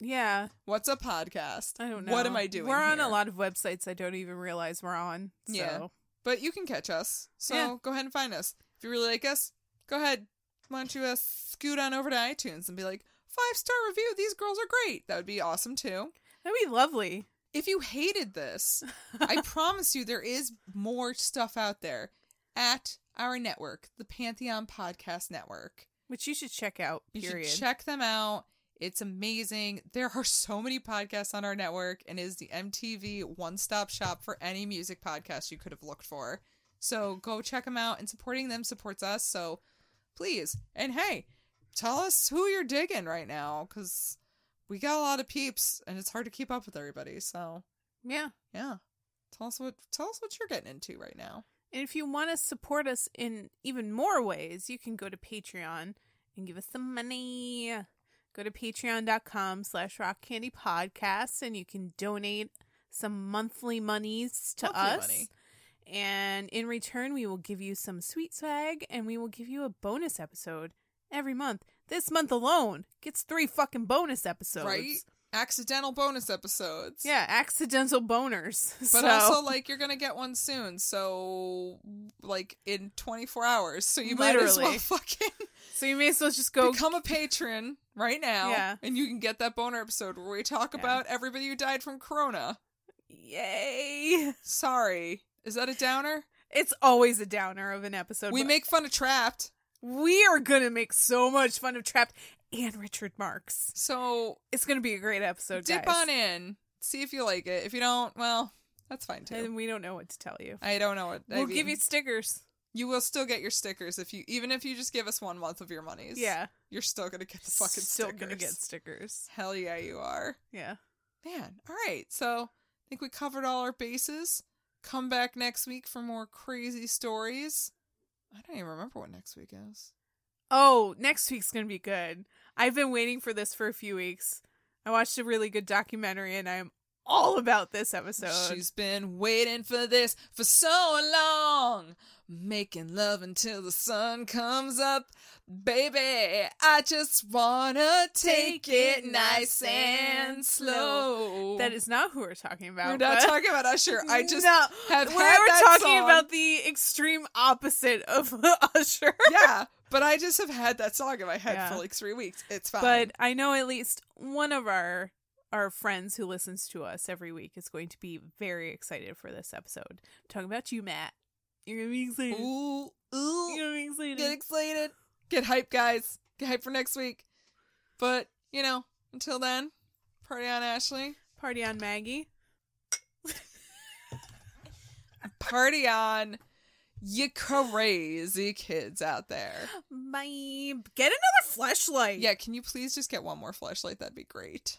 yeah,
What's a podcast?
I don't know.
What am I doing?
We're on
here?
a lot of websites I don't even realize we're on. So.
Yeah. But you can catch us. So
Yeah.
go ahead and find us. If you really like us, go ahead. Why don't you uh, scoot on over to iTunes and be like, five star review. These girls are great. That would be awesome too.
That'd be lovely.
If you hated this, I promise you there is more stuff out there at our network, the Pantheon Podcast Network.
Which you should check out.
You
Period.
should check them out. It's amazing. There are so many podcasts on our network and is the MTV one-stop shop for any music podcast you could have looked for. So go check them out and supporting them supports us. So please. And hey, tell us who you're digging right now cuz we got a lot of peeps and it's hard to keep up with everybody. So,
yeah.
yeah. Tell us what tell us what you're getting into right now.
And if you want to support us in even more ways, you can go to Patreon and give us some money. Go to patreon.com slash rock candy podcast and you can donate some monthly monies to
Monthly
us.
money.
And in return, we will give you some sweet swag and we will give you a bonus episode every month. This month alone gets three fucking bonus episodes.
right? Accidental bonus episodes.
Yeah, accidental boners.
But
So-
also, like, you're gonna get one soon, so like in 24 hours. So you might as well
Literally.
fucking
so you may as well just go
become a patron right now,
Yeah.
and you can get that boner episode where we talk
Yeah.
about everybody who died from corona.
Yay!
Sorry, is that a downer?
It's always a downer of an episode.
we
but
make fun of Trapped,
we are gonna make so much fun of Trapped and Richard Marks.
so
It's gonna be a great episode.
dip
guys.
on in, see if you like it. If you don't, well, that's fine too.
and we don't know what to tell you.
I don't know what I
Um, we'll give
mean,
you stickers.
You will still get your stickers if you, even if you just give us one month of your monies.
Yeah,
you're still gonna get the fucking
still
stickers.
gonna get stickers.
Hell yeah, you are.
Yeah,
Man, all right. So I think we covered all our bases. Come back next week for more crazy stories. I don't even remember what next week is.
Oh, next week's going to be good. I've been waiting for this for a few weeks. I watched a really good documentary and I'm all about this episode.
She's been waiting for this for so long. Making love until the sun comes up. Baby, I just wanna take it nice and slow.
That is not who we're talking about.
We're not
but-
talking about Usher. I just
No,
have
we're,
had
we're
that
talking
song.
about the extreme opposite of Usher.
yeah, but I just have had that song in my head
Yeah.
for like three weeks. It's fine.
But I know at least one of our our friends who listens to us every week is going to be very excited for this episode. I'm talking about you, Matt. You're gonna be excited.
ooh,
You're
ooh,
gonna be excited.
get excited, get hype, guys, get hype for next week. But you know, until then, party on, Ashley.
Party on, Maggie.
Party on, you crazy kids out there.
My get another flashlight.
Yeah, can you please just get one more flashlight? That'd be great.